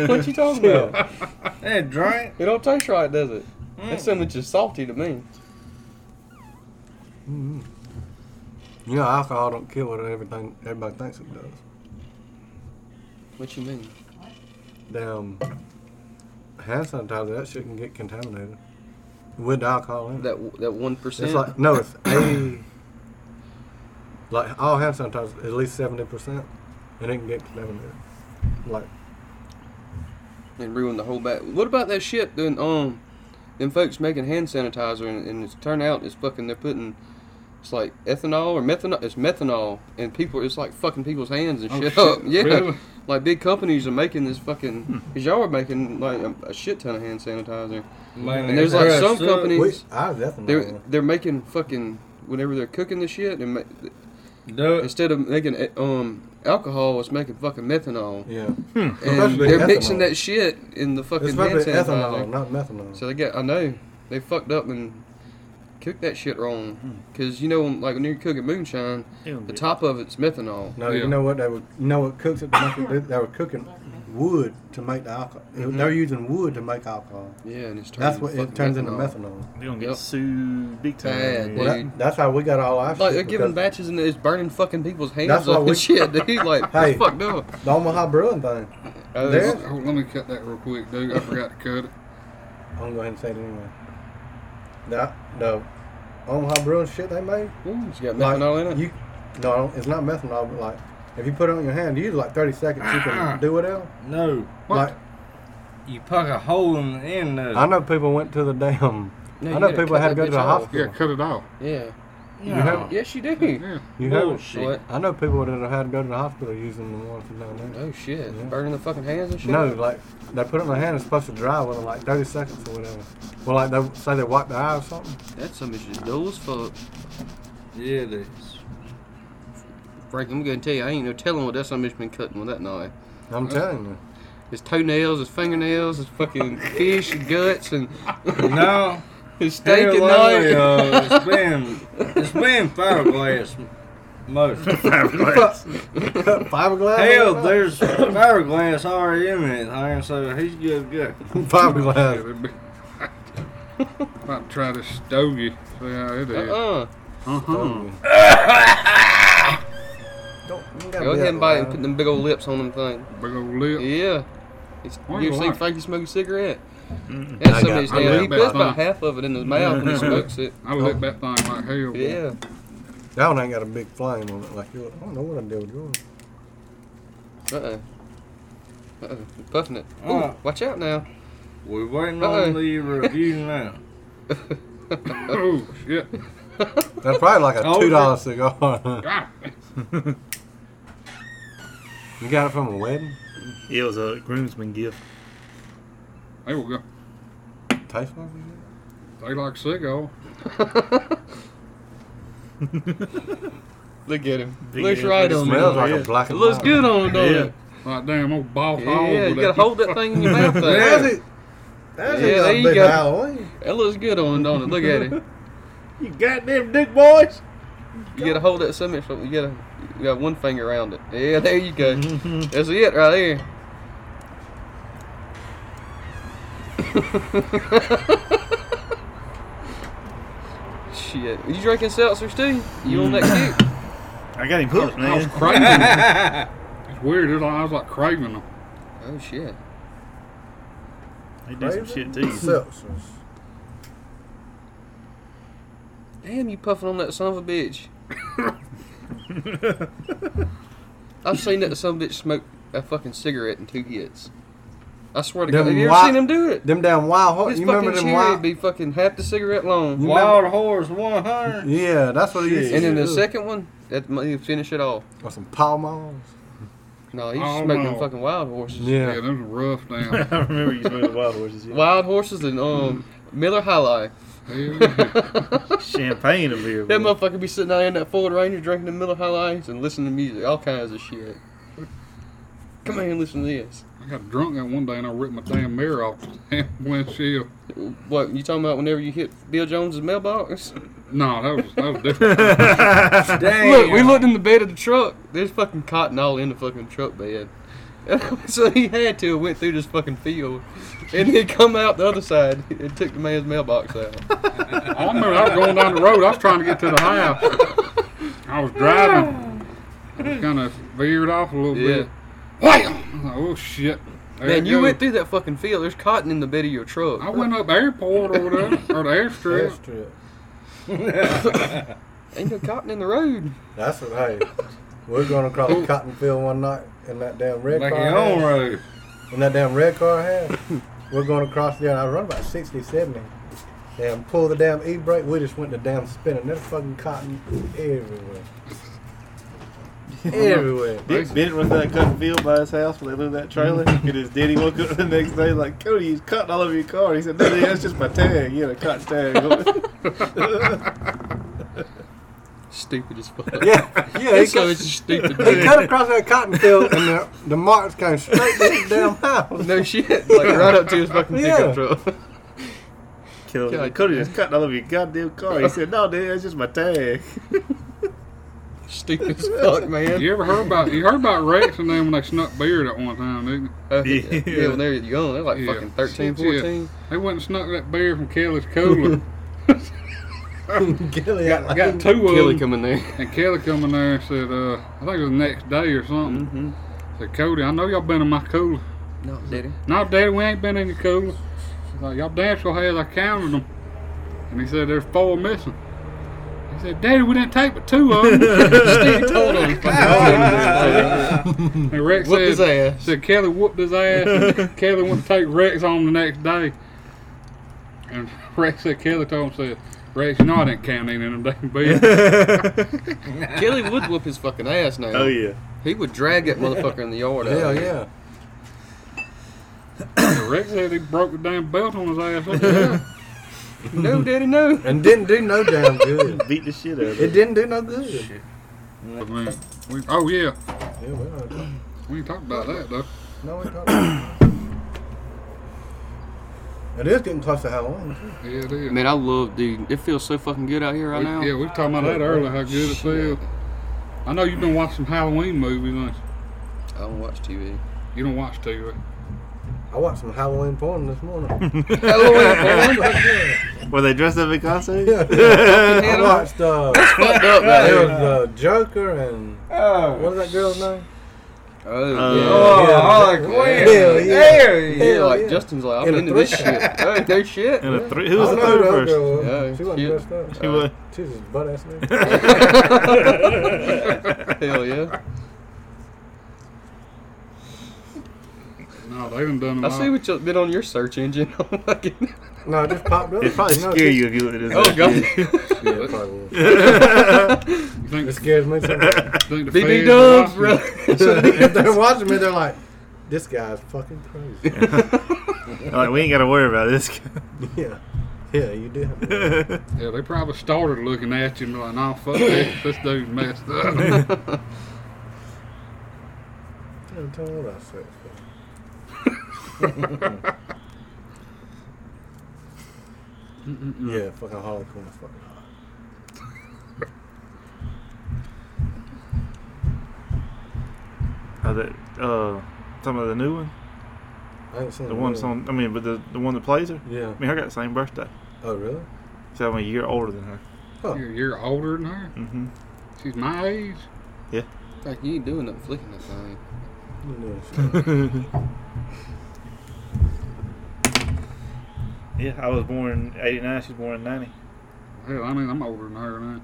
[SPEAKER 7] What you talking about?
[SPEAKER 3] That drink.
[SPEAKER 7] It don't taste right, does it? That
[SPEAKER 3] Mm.
[SPEAKER 7] something just salty to me.
[SPEAKER 2] Mm-hmm. You know, alcohol don't kill what everything everybody thinks it does.
[SPEAKER 7] What you mean?
[SPEAKER 2] Damn. Hand sanitizer, that shit can get contaminated with alcohol in it.
[SPEAKER 7] That that one percent.
[SPEAKER 2] It's like no, it's eighty. Like all hand sanitizer, at least seventy percent, and it can get contaminated. Like
[SPEAKER 7] and ruin the whole back. What about that shit? Then um, them folks making hand sanitizer and, and it's turn out it's fucking they're putting it's like ethanol or methanol. It's methanol and people it's like fucking people's hands and
[SPEAKER 1] Oh,
[SPEAKER 7] shit,
[SPEAKER 1] shit.
[SPEAKER 7] up. Yeah,
[SPEAKER 1] Really?
[SPEAKER 7] like big companies are making this fucking because y'all are making like a, a shit ton of hand sanitizer.
[SPEAKER 3] Man,
[SPEAKER 7] And there's like
[SPEAKER 3] that's
[SPEAKER 7] some
[SPEAKER 3] it.
[SPEAKER 7] company-
[SPEAKER 2] we,
[SPEAKER 7] Please.
[SPEAKER 2] I have ethanol.
[SPEAKER 7] They're
[SPEAKER 2] in it.
[SPEAKER 7] they're making fucking whenever they're cooking the shit and ma-
[SPEAKER 3] Do it.
[SPEAKER 7] instead of making eh, um alcohol, it's making fucking methanol.
[SPEAKER 2] Yeah,
[SPEAKER 7] And
[SPEAKER 2] Especially
[SPEAKER 7] they're
[SPEAKER 2] ethanol.
[SPEAKER 7] mixing that shit in the fucking
[SPEAKER 2] it's
[SPEAKER 7] hand
[SPEAKER 2] probably
[SPEAKER 7] sanitizer.
[SPEAKER 2] ethanol, not methanol.
[SPEAKER 7] So they got, I know, they fucked up and cooked that shit wrong. Because, you know, when- like when you're cooking moonshine, the top of it's methanol.
[SPEAKER 2] no,
[SPEAKER 1] Yeah.
[SPEAKER 2] you know what they were. You know what cooks it to make it. do- They were cooking wood to make the alcohol.
[SPEAKER 7] Mhm.
[SPEAKER 2] They're using wood to make alcohol.
[SPEAKER 7] Yeah, and it's turned
[SPEAKER 2] That's what
[SPEAKER 7] fucking
[SPEAKER 2] it turns into methanol.
[SPEAKER 4] They're gonna
[SPEAKER 7] get
[SPEAKER 4] get sued big
[SPEAKER 7] time.
[SPEAKER 4] time.
[SPEAKER 7] Bad,
[SPEAKER 2] Well,
[SPEAKER 7] dude.
[SPEAKER 2] that- that's how we got all our.
[SPEAKER 7] Like,
[SPEAKER 2] shit
[SPEAKER 7] they're giving
[SPEAKER 2] because
[SPEAKER 7] batches and it's burning fucking people's hands
[SPEAKER 2] That's
[SPEAKER 7] off
[SPEAKER 2] what we-
[SPEAKER 7] and shit, dude. Like,
[SPEAKER 2] Hey.
[SPEAKER 7] it's fucked up.
[SPEAKER 2] the Omaha brewing thing.
[SPEAKER 7] Uh,
[SPEAKER 2] There-
[SPEAKER 7] it's-
[SPEAKER 1] Hold- hold- let me cut that real quick, dude. I forgot to cut it.
[SPEAKER 2] I'm gonna go ahead and say it anyway. The the Omaha brewing shit they made.
[SPEAKER 7] Ooh, it's got
[SPEAKER 2] Like,
[SPEAKER 7] methanol in it.
[SPEAKER 2] You, no, it's not methanol, but like if you put it on your hand, you use like 30 seconds, you can do it out.
[SPEAKER 3] No.
[SPEAKER 1] What?
[SPEAKER 2] Like,
[SPEAKER 3] You poke a hole in the end of it.
[SPEAKER 2] I know people went to the damn.
[SPEAKER 7] No,
[SPEAKER 2] I
[SPEAKER 7] you
[SPEAKER 2] know
[SPEAKER 7] gotta
[SPEAKER 2] people
[SPEAKER 7] cut
[SPEAKER 2] had to
[SPEAKER 7] that
[SPEAKER 2] go to the
[SPEAKER 7] bitch off.
[SPEAKER 1] Yeah, cut it off.
[SPEAKER 7] Yeah.
[SPEAKER 2] You
[SPEAKER 3] No.
[SPEAKER 2] have,
[SPEAKER 7] Yes, you do.
[SPEAKER 1] Yeah.
[SPEAKER 2] you have,
[SPEAKER 3] Bullshit.
[SPEAKER 7] What?
[SPEAKER 2] I know people that have had to go to the hospital using the ones from down there.
[SPEAKER 7] Oh, shit.
[SPEAKER 2] Yeah.
[SPEAKER 7] Burning the fucking hands and shit?
[SPEAKER 2] No, like they put it in their hand, it's supposed to dry within like 30 seconds or whatever. Well, like they say they wipe their eye or something.
[SPEAKER 7] That something's just dull as fuck.
[SPEAKER 3] Yeah, it is.
[SPEAKER 7] Frank, I'm going to tell you, I ain't no telling what that something's been cutting with that knife.
[SPEAKER 2] I'm telling you.
[SPEAKER 7] His toenails, his fingernails, his fucking fish and guts, and
[SPEAKER 3] No.
[SPEAKER 7] his steak and
[SPEAKER 3] hell,
[SPEAKER 7] knife.
[SPEAKER 3] lately, uh, it's been it's been fiberglass m- most.
[SPEAKER 2] Fiberglass?
[SPEAKER 3] Hell, there's fiberglass already in it, thing, so he's good to go.
[SPEAKER 1] Yeah,
[SPEAKER 2] Fiberglass.
[SPEAKER 1] that'd be- About to try this stogie. See how it is.
[SPEAKER 7] Uh-uh.
[SPEAKER 1] Uh-huh.
[SPEAKER 2] Don't, you gotta
[SPEAKER 7] Go
[SPEAKER 2] be
[SPEAKER 7] ahead
[SPEAKER 2] that
[SPEAKER 7] and bite
[SPEAKER 2] loud.
[SPEAKER 7] and put them big old lips on them thing.
[SPEAKER 1] Big old lip.
[SPEAKER 7] Yeah. It's,
[SPEAKER 1] Why
[SPEAKER 7] you ever
[SPEAKER 1] you
[SPEAKER 7] seen
[SPEAKER 1] like-
[SPEAKER 7] Frankie smoke a cigarette? And
[SPEAKER 8] I
[SPEAKER 7] some
[SPEAKER 8] got-
[SPEAKER 7] of these
[SPEAKER 1] I
[SPEAKER 7] damn, he
[SPEAKER 1] got
[SPEAKER 7] puts about
[SPEAKER 1] that.
[SPEAKER 7] half of it in his mouth when he smokes it.
[SPEAKER 1] I lick that thing like hell. boy.
[SPEAKER 7] Yeah.
[SPEAKER 2] That one ain't got a big flame on it like yours. I don't know what I did with yours.
[SPEAKER 7] Uh oh. Uh oh. Puffing it. Ooh,
[SPEAKER 3] Uh.
[SPEAKER 7] watch out now.
[SPEAKER 3] We're waiting
[SPEAKER 7] Uh-oh.
[SPEAKER 3] on the review now.
[SPEAKER 1] Oh shit.
[SPEAKER 2] That's probably like a
[SPEAKER 1] Oh,
[SPEAKER 2] two dollar cigar.
[SPEAKER 1] God.
[SPEAKER 2] you got it from a wedding?
[SPEAKER 4] It was a groomsman gift.
[SPEAKER 1] There we go.
[SPEAKER 2] Taste like it?
[SPEAKER 1] They like cigar.
[SPEAKER 7] Look at him.
[SPEAKER 4] Big
[SPEAKER 7] Looks
[SPEAKER 4] ass
[SPEAKER 7] right
[SPEAKER 4] bitch.
[SPEAKER 7] on him.
[SPEAKER 2] Smells
[SPEAKER 4] yeah.
[SPEAKER 2] like a black
[SPEAKER 7] It
[SPEAKER 2] and
[SPEAKER 7] looks
[SPEAKER 2] white.
[SPEAKER 7] good on him, don't
[SPEAKER 4] Yeah.
[SPEAKER 7] it?
[SPEAKER 1] Like damn old ball hog.
[SPEAKER 7] Yeah,
[SPEAKER 1] with
[SPEAKER 7] you gotta
[SPEAKER 1] that-
[SPEAKER 7] hold that thing in your mouth there.
[SPEAKER 2] That's it. That's
[SPEAKER 7] Yeah,
[SPEAKER 2] it.
[SPEAKER 7] there
[SPEAKER 2] There
[SPEAKER 7] you
[SPEAKER 2] big
[SPEAKER 7] go.
[SPEAKER 2] Halloween.
[SPEAKER 7] That looks good on him, don't it? Look at it.
[SPEAKER 4] You goddamn dick boys.
[SPEAKER 7] You gotta hold that summit from you gotta you got one finger around it. Yeah, there you go. That's it right there. Shit. You drinking seltzers too? You on that kick?
[SPEAKER 4] I got him hooked,
[SPEAKER 1] I was
[SPEAKER 4] man.
[SPEAKER 1] craving. them. it's weird. It's like, I was like craving them.
[SPEAKER 7] Oh shit.
[SPEAKER 4] He did oh, some shit to you.
[SPEAKER 2] Seltzers.
[SPEAKER 7] Damn, you puffing on that son of a bitch. I've seen that son of a bitch smoke a fucking cigarette in two hits. I swear to
[SPEAKER 2] Them
[SPEAKER 7] God. Have you ever
[SPEAKER 2] wa-
[SPEAKER 7] seen him do it?
[SPEAKER 2] Them damn wild horse.
[SPEAKER 7] This
[SPEAKER 2] Oh, You
[SPEAKER 7] fucking
[SPEAKER 2] remember
[SPEAKER 7] cherry
[SPEAKER 2] them wild?
[SPEAKER 7] be fucking half the cigarette long.
[SPEAKER 2] You
[SPEAKER 3] Wild Horse 100.
[SPEAKER 2] Yeah, that's what he used to
[SPEAKER 7] And then the
[SPEAKER 2] do.
[SPEAKER 7] second one, that he finish it all.
[SPEAKER 2] Or some Pall Malls.
[SPEAKER 7] No, he's
[SPEAKER 1] Oh,
[SPEAKER 7] smoking
[SPEAKER 1] no.
[SPEAKER 7] fucking wild horses.
[SPEAKER 1] Yeah,
[SPEAKER 2] Yeah.
[SPEAKER 1] those are rough down.
[SPEAKER 4] I remember you smelled wild horses. Yeah.
[SPEAKER 7] Wild horses and um Miller High Life.
[SPEAKER 1] Hell,
[SPEAKER 4] Champagne of beer.
[SPEAKER 7] That
[SPEAKER 4] boy.
[SPEAKER 7] motherfucker be sitting out in that Ford Ranger drinking the Miller High Life and listening to music, all kinds of shit. Come here and listen to this.
[SPEAKER 1] I got drunk that one day and I ripped my damn mirror off the damn windshield.
[SPEAKER 7] What you talking about? Whenever you hit Bill Jones's mailbox?
[SPEAKER 1] No, that was that was different.
[SPEAKER 3] Damn.
[SPEAKER 7] Look, we looked in the bed of the truck. There's fucking cotton all in the fucking truck bed. so he had to have went through this fucking field, and then come out the other side and took the man's mailbox out.
[SPEAKER 1] I remember I was going down the road. I was trying to get to the house. I was driving. I kind of veered off a little
[SPEAKER 7] Yeah.
[SPEAKER 1] bit. Wham! I was like, oh shit. There
[SPEAKER 7] Man,
[SPEAKER 1] it
[SPEAKER 7] you
[SPEAKER 1] goes.
[SPEAKER 7] went through that fucking field. There's cotton in the bed of your truck.
[SPEAKER 1] I went up airport or whatever, or the airstrip.
[SPEAKER 2] That's true.
[SPEAKER 7] Ain't no cotton in the road.
[SPEAKER 2] That's what, hey. We're going across a cotton field one night in that damn red
[SPEAKER 3] Like
[SPEAKER 2] car.
[SPEAKER 3] your own
[SPEAKER 2] had-
[SPEAKER 3] road.
[SPEAKER 2] in that damn red car I had. we're going across there, and I run about 60, 70. Damn, pull the damn e brake. We just went to damn spinning. There's fucking cotton everywhere. everywhere.
[SPEAKER 4] Dick Bennett went to that cotton field by his house when they lived in that trailer. and his daddy woke up the next day like, Cody, he's cotton all over your car. He said, No, Daddy, that's just my tag. You had a cotton tag. on it."
[SPEAKER 7] Stupid as fuck.
[SPEAKER 2] Yeah, yeah. He
[SPEAKER 7] It's so
[SPEAKER 2] cut,
[SPEAKER 7] it's just stupid.
[SPEAKER 2] he
[SPEAKER 7] man.
[SPEAKER 2] cut across that cotton field, and the, the marks came straight to his damn house.
[SPEAKER 7] No shit. Like right up to his fucking
[SPEAKER 2] Yeah.
[SPEAKER 7] pickup truck.
[SPEAKER 4] Killed him.
[SPEAKER 7] God.
[SPEAKER 4] Cody, just cotton all over your goddamn car. He said, No, Daddy, that's just my tag.
[SPEAKER 7] Stupid as fuck, man.
[SPEAKER 1] You ever heard about you heard about Rex and them when they snuck beer that one time, didn't you?
[SPEAKER 7] Uh, yeah.
[SPEAKER 4] Yeah.
[SPEAKER 7] when they're young, they're like
[SPEAKER 1] Yeah.
[SPEAKER 7] fucking 13,
[SPEAKER 1] Shit, yeah.
[SPEAKER 7] 14.
[SPEAKER 1] They went and snuck that beer from Kelly's cooler.
[SPEAKER 2] Gilly,
[SPEAKER 1] got, got two of
[SPEAKER 7] Kelly
[SPEAKER 1] them.
[SPEAKER 7] come in there.
[SPEAKER 1] And Kelly come in there and said, uh, I think it was the next day or something.
[SPEAKER 7] Mhm.
[SPEAKER 1] Said, Cody, I know y'all been in my cooler.
[SPEAKER 7] No, daddy.
[SPEAKER 1] No, Daddy, we ain't been in your cooler. He's like, y'all damn sure has. I counted them. And he said, there's four missing. He said, Daddy, we didn't take but two of them.
[SPEAKER 7] Steve told him.
[SPEAKER 1] and Rex
[SPEAKER 7] Whooped
[SPEAKER 1] said,
[SPEAKER 7] his ass.
[SPEAKER 1] said Kelly whooped his ass. And Kelly went to take Rex on the next day. And Rex said, Kelly told him, said, Rex, you know I didn't count any of them damn beers.
[SPEAKER 7] Kelly would whoop his fucking ass now.
[SPEAKER 4] Oh, yeah.
[SPEAKER 7] He would drag that motherfucker in the yard. out.
[SPEAKER 2] Hell yeah.
[SPEAKER 1] Rex said he broke the damn belt on his ass. Look at that.
[SPEAKER 7] No, daddy, no.
[SPEAKER 2] And didn't do no damn good.
[SPEAKER 4] Beat the shit out of
[SPEAKER 2] It
[SPEAKER 4] him.
[SPEAKER 2] didn't do no good.
[SPEAKER 1] But, man, we- oh, yeah.
[SPEAKER 2] Yeah, we don't talk-
[SPEAKER 1] We ain't talking about that, though.
[SPEAKER 2] no, we don't. It is getting close to Halloween. too.
[SPEAKER 1] Yeah, it is.
[SPEAKER 7] Man, I love, dude. It feels so fucking good out here right
[SPEAKER 1] We-
[SPEAKER 7] now.
[SPEAKER 1] Yeah, we were talking about that earlier, how good it feels. I know you've been watching some Halloween movies, ain't you?
[SPEAKER 7] I don't watch TV.
[SPEAKER 1] You don't watch TV.
[SPEAKER 2] I watched some Halloween porn this morning.
[SPEAKER 7] Halloween porn.
[SPEAKER 4] Were they dressed up in costumes?
[SPEAKER 2] I watched uh,
[SPEAKER 7] fucked up out
[SPEAKER 2] there
[SPEAKER 7] here.
[SPEAKER 2] was the Joker and
[SPEAKER 3] Oh,
[SPEAKER 2] what is that girl's name?
[SPEAKER 7] Oh,
[SPEAKER 4] Uh,
[SPEAKER 7] yeah.
[SPEAKER 4] Oh,
[SPEAKER 3] Oh,
[SPEAKER 2] yeah.
[SPEAKER 3] Holly Quinn.
[SPEAKER 2] Hell, yeah.
[SPEAKER 3] There you
[SPEAKER 7] yeah,
[SPEAKER 2] hell
[SPEAKER 7] like
[SPEAKER 2] yeah.
[SPEAKER 7] Justin's like, I'm
[SPEAKER 2] In a
[SPEAKER 7] into this
[SPEAKER 2] three-
[SPEAKER 7] shit. Oh, no shit.
[SPEAKER 4] And a three, who was
[SPEAKER 2] I
[SPEAKER 4] the
[SPEAKER 2] know who
[SPEAKER 4] third
[SPEAKER 2] that girl was.
[SPEAKER 4] person?
[SPEAKER 7] Yeah,
[SPEAKER 2] she wasn't
[SPEAKER 7] cute.
[SPEAKER 2] dressed up.
[SPEAKER 4] She was.
[SPEAKER 2] She was just butt ass nigga.
[SPEAKER 7] Hell yeah.
[SPEAKER 1] No, they done done
[SPEAKER 7] I
[SPEAKER 1] them
[SPEAKER 7] see
[SPEAKER 1] all.
[SPEAKER 7] what you been on your search engine. I'm like,
[SPEAKER 2] No, it just popped up.
[SPEAKER 4] It'd probably
[SPEAKER 2] No,
[SPEAKER 4] scare you if you looked at this.
[SPEAKER 7] oh god.
[SPEAKER 2] Yeah, it probably would.
[SPEAKER 1] You think,
[SPEAKER 2] It scares me. sometimes.
[SPEAKER 1] think the
[SPEAKER 7] BB
[SPEAKER 1] feds
[SPEAKER 7] Dubs,
[SPEAKER 1] are
[SPEAKER 7] bro.
[SPEAKER 1] watching?
[SPEAKER 2] if they're watching me, they're like, "This guy's fucking crazy."
[SPEAKER 4] like, we ain't got to worry about this.
[SPEAKER 2] yeah, yeah, you do. Have to-
[SPEAKER 1] Yeah, they probably started looking at you and be like, no, fuck this. This dude's messed up.
[SPEAKER 2] Damn, tell me what I said. yeah, fucking Harley Quinn, is fucking hot.
[SPEAKER 4] Uh, that, uh, talking about the new one?
[SPEAKER 2] I ain't seen
[SPEAKER 4] The one that's
[SPEAKER 2] song.
[SPEAKER 4] on, I mean, but the, the one that plays her?
[SPEAKER 2] Yeah.
[SPEAKER 4] I mean, her got the same birthday.
[SPEAKER 2] Oh, really?
[SPEAKER 4] So I'm a year older than her.
[SPEAKER 2] Huh.
[SPEAKER 1] you're, you're older than her.
[SPEAKER 4] Mm-hmm.
[SPEAKER 1] She's my age.
[SPEAKER 7] Like you ain't doing nothing flicking that thing.
[SPEAKER 2] You know shit.
[SPEAKER 4] Yeah, I was born in 89, she's born in 90.
[SPEAKER 1] Hell, I mean, I'm older than her now.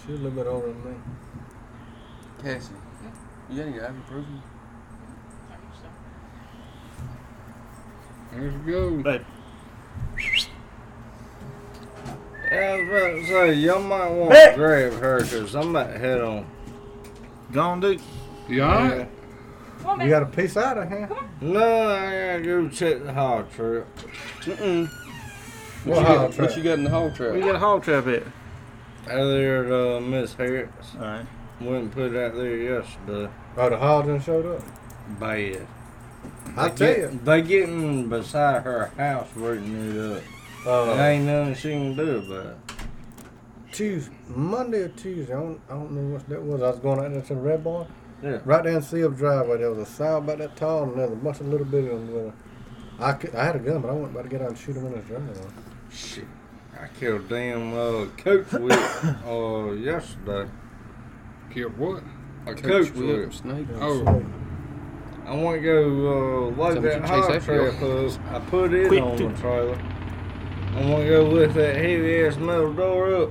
[SPEAKER 2] She's a little bit older than me.
[SPEAKER 7] Cassie, you got any ibuprofen?
[SPEAKER 1] There's we go.
[SPEAKER 4] But
[SPEAKER 3] Yeah, I was about to say, y'all might want to grab her because I'm about to head on.
[SPEAKER 4] gone, dude.
[SPEAKER 1] You all right?
[SPEAKER 6] Come on,
[SPEAKER 2] You
[SPEAKER 6] man.
[SPEAKER 2] got a piece out of here?
[SPEAKER 3] No, I gotta go check the hog trip.
[SPEAKER 7] Mm-mm. What,
[SPEAKER 2] What hog
[SPEAKER 7] you got,
[SPEAKER 2] trap?
[SPEAKER 7] what you got in the hog
[SPEAKER 4] We
[SPEAKER 7] trap?
[SPEAKER 4] got a hog trap at.
[SPEAKER 3] Out there at uh, Miss Harris.
[SPEAKER 4] All right.
[SPEAKER 3] Went and put it out there yesterday.
[SPEAKER 2] Oh, the hog done showed up.
[SPEAKER 3] Bad.
[SPEAKER 2] I
[SPEAKER 3] They
[SPEAKER 2] tell
[SPEAKER 3] get-
[SPEAKER 2] you.
[SPEAKER 3] They getting beside her house rooting it up.
[SPEAKER 2] Uh,
[SPEAKER 3] There ain't nothing she can do about it.
[SPEAKER 2] Tuesday, Monday or Tuesday. I don't, I don't know what that was. I was going out there to the Red Barn.
[SPEAKER 3] Yeah.
[SPEAKER 2] Right down Seal Driveway, there was a sow about that tall, and there was a bunch of little bitty ones with her. I, cou- I had a gun, but I wasn't about to get out and shoot him in his driveway.
[SPEAKER 3] Shit. I killed damn uh, coach whip uh, yesterday.
[SPEAKER 1] Killed what?
[SPEAKER 3] A coach,
[SPEAKER 7] Coach
[SPEAKER 3] whip.
[SPEAKER 7] William Snake.
[SPEAKER 1] Oh.
[SPEAKER 3] I want to go uh,
[SPEAKER 7] So
[SPEAKER 3] load
[SPEAKER 7] we
[SPEAKER 3] that
[SPEAKER 7] should
[SPEAKER 3] hog
[SPEAKER 7] chase after
[SPEAKER 3] trailer because I put it
[SPEAKER 4] Quick,
[SPEAKER 3] on
[SPEAKER 4] dude.
[SPEAKER 3] the trailer. I want to go lift that heavy ass metal door up.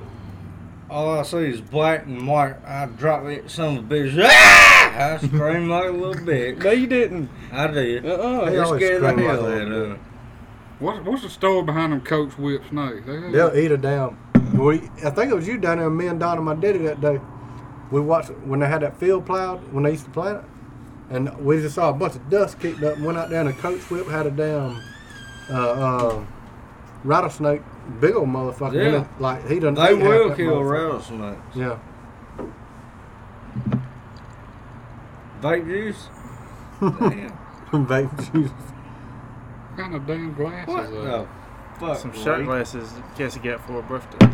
[SPEAKER 3] All I see is black and white. I drop it, some of the bitch. Ah! I scream like a little bitch.
[SPEAKER 7] No, you didn't.
[SPEAKER 3] I did.
[SPEAKER 7] Uh-uh.
[SPEAKER 2] They
[SPEAKER 3] I
[SPEAKER 2] always
[SPEAKER 3] scared the
[SPEAKER 2] scream like
[SPEAKER 3] hell
[SPEAKER 2] a
[SPEAKER 3] out
[SPEAKER 2] little
[SPEAKER 3] of it.
[SPEAKER 1] What's, what's the story behind them Coach Whip snakes? They-
[SPEAKER 2] They'll eat her down. Well, I think it was you down there, me and Don and my daddy that day. We watched when they had that field plowed, when they used to plant it, and we just saw a bunch of dust kicked up. Went out there, and a coach whip had a damn uh, uh, rattlesnake, big old motherfucker. in
[SPEAKER 3] Yeah.
[SPEAKER 2] it. like he done.
[SPEAKER 3] They
[SPEAKER 2] ate half
[SPEAKER 3] will
[SPEAKER 2] that
[SPEAKER 3] kill
[SPEAKER 2] motherfucker.
[SPEAKER 3] rattlesnakes.
[SPEAKER 2] Yeah.
[SPEAKER 3] Vape juice? Damn.
[SPEAKER 2] Vape juice.
[SPEAKER 1] What kind of damn glasses uh,
[SPEAKER 3] What
[SPEAKER 1] are
[SPEAKER 3] the fuck?
[SPEAKER 4] Some
[SPEAKER 3] Lee?
[SPEAKER 4] shot glasses Cassie got for her birthday.
[SPEAKER 1] they?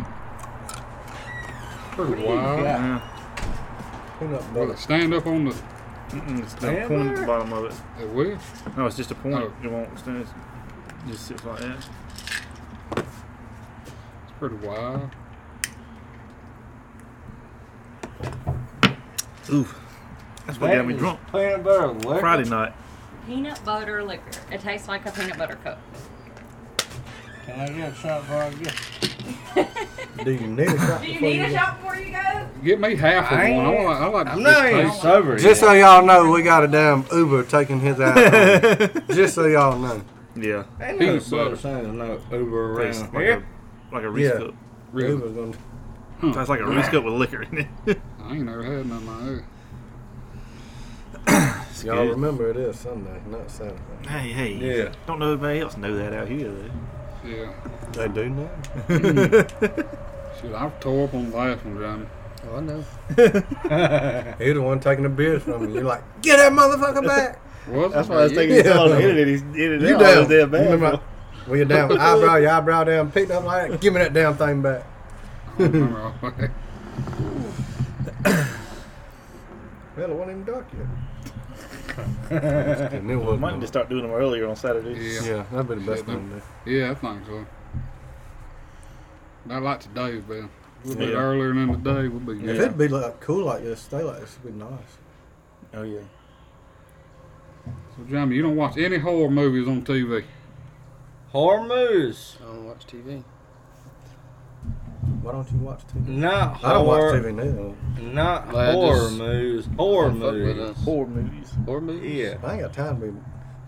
[SPEAKER 1] Pretty wild.
[SPEAKER 3] Yeah.
[SPEAKER 4] Yeah.
[SPEAKER 2] Peanut
[SPEAKER 1] Will
[SPEAKER 2] butter.
[SPEAKER 1] it stand up on the...
[SPEAKER 4] Mm-mm, it's no
[SPEAKER 3] Stand
[SPEAKER 4] point at the
[SPEAKER 3] there?
[SPEAKER 4] bottom of it.
[SPEAKER 1] It will?
[SPEAKER 4] No, it's just a point.
[SPEAKER 1] Oh.
[SPEAKER 4] It won't stand. It just sits like that.
[SPEAKER 1] It's pretty wild.
[SPEAKER 4] Oof. That's what
[SPEAKER 3] That
[SPEAKER 4] got me
[SPEAKER 3] is
[SPEAKER 4] drunk.
[SPEAKER 3] Peanut butter liquor.
[SPEAKER 4] Friday night.
[SPEAKER 6] Peanut butter liquor. It tastes like a peanut butter cup.
[SPEAKER 3] Can I get a shot before I get?
[SPEAKER 2] Do you need a shot?
[SPEAKER 6] Do you
[SPEAKER 2] before
[SPEAKER 6] need a
[SPEAKER 2] go?
[SPEAKER 6] shot before you go?
[SPEAKER 1] Get me half of
[SPEAKER 3] I
[SPEAKER 1] one. I,
[SPEAKER 3] ain't-
[SPEAKER 1] want, I like
[SPEAKER 3] I'm
[SPEAKER 1] to
[SPEAKER 3] not
[SPEAKER 1] just
[SPEAKER 3] even
[SPEAKER 1] taste-
[SPEAKER 3] sober yet.
[SPEAKER 2] Just so y'all know, we got a damn Uber taking his ass. home. Just so y'all know.
[SPEAKER 4] Yeah.
[SPEAKER 3] Ain't no
[SPEAKER 1] Peanut
[SPEAKER 3] such
[SPEAKER 1] butter.
[SPEAKER 3] thing as no Uber
[SPEAKER 4] Tastes
[SPEAKER 3] around
[SPEAKER 4] like
[SPEAKER 3] here.
[SPEAKER 4] a like a Reese
[SPEAKER 2] Yeah.
[SPEAKER 4] cup.
[SPEAKER 1] Really?
[SPEAKER 2] Uber's gonna.
[SPEAKER 4] Tastes like a Reese cup with liquor in it.
[SPEAKER 1] I ain't never had none like that.
[SPEAKER 4] It's
[SPEAKER 2] Y'all
[SPEAKER 4] good.
[SPEAKER 2] remember it is Sunday, not Saturday.
[SPEAKER 4] Hey, hey.
[SPEAKER 3] Yeah.
[SPEAKER 4] Don't know anybody else know that out here. Though.
[SPEAKER 1] Yeah.
[SPEAKER 2] They do now.
[SPEAKER 1] Shit, I've tore up on the last one, Johnny.
[SPEAKER 7] Oh, I know.
[SPEAKER 2] He the one taking the beers from you. You're like, get that motherfucker back.
[SPEAKER 1] Was
[SPEAKER 4] That's
[SPEAKER 1] it?
[SPEAKER 4] why I was thinking
[SPEAKER 2] Yeah.
[SPEAKER 4] it's all the internet. He's edited
[SPEAKER 2] You
[SPEAKER 4] out all
[SPEAKER 2] down.
[SPEAKER 4] those damn
[SPEAKER 2] You
[SPEAKER 4] bad.
[SPEAKER 2] remember, well, your damn eyebrow, your eyebrow down, picked up like that. Give me that damn thing back.
[SPEAKER 1] I don't remember all that.
[SPEAKER 2] Well, it wasn't even dark yet. and it
[SPEAKER 4] We might need to
[SPEAKER 2] was
[SPEAKER 4] start doing them earlier on Saturdays.
[SPEAKER 1] Yeah.
[SPEAKER 2] Yeah, that'd be the best thing to do.
[SPEAKER 1] Yeah, I think so. Not like today, but a little bit
[SPEAKER 4] Yeah.
[SPEAKER 1] earlier in the day would be
[SPEAKER 2] If
[SPEAKER 1] good.
[SPEAKER 2] it'd be like cool like this, stay like this, it'd be nice.
[SPEAKER 4] Oh yeah.
[SPEAKER 1] So, Jamie, you don't watch any horror movies on TV.
[SPEAKER 3] Horror movies.
[SPEAKER 7] I don't watch TV.
[SPEAKER 2] Why don't you watch
[SPEAKER 4] Mm.
[SPEAKER 2] TV?
[SPEAKER 3] Not
[SPEAKER 2] I
[SPEAKER 3] horror.
[SPEAKER 2] don't watch TV neither.
[SPEAKER 3] Not
[SPEAKER 7] Like, I
[SPEAKER 3] horror
[SPEAKER 7] just-
[SPEAKER 3] movies. Horror
[SPEAKER 7] I fuck with
[SPEAKER 3] movies.
[SPEAKER 7] us.
[SPEAKER 4] Horror movies.
[SPEAKER 7] Horror movies?
[SPEAKER 3] Yeah.
[SPEAKER 2] I ain't got time to be.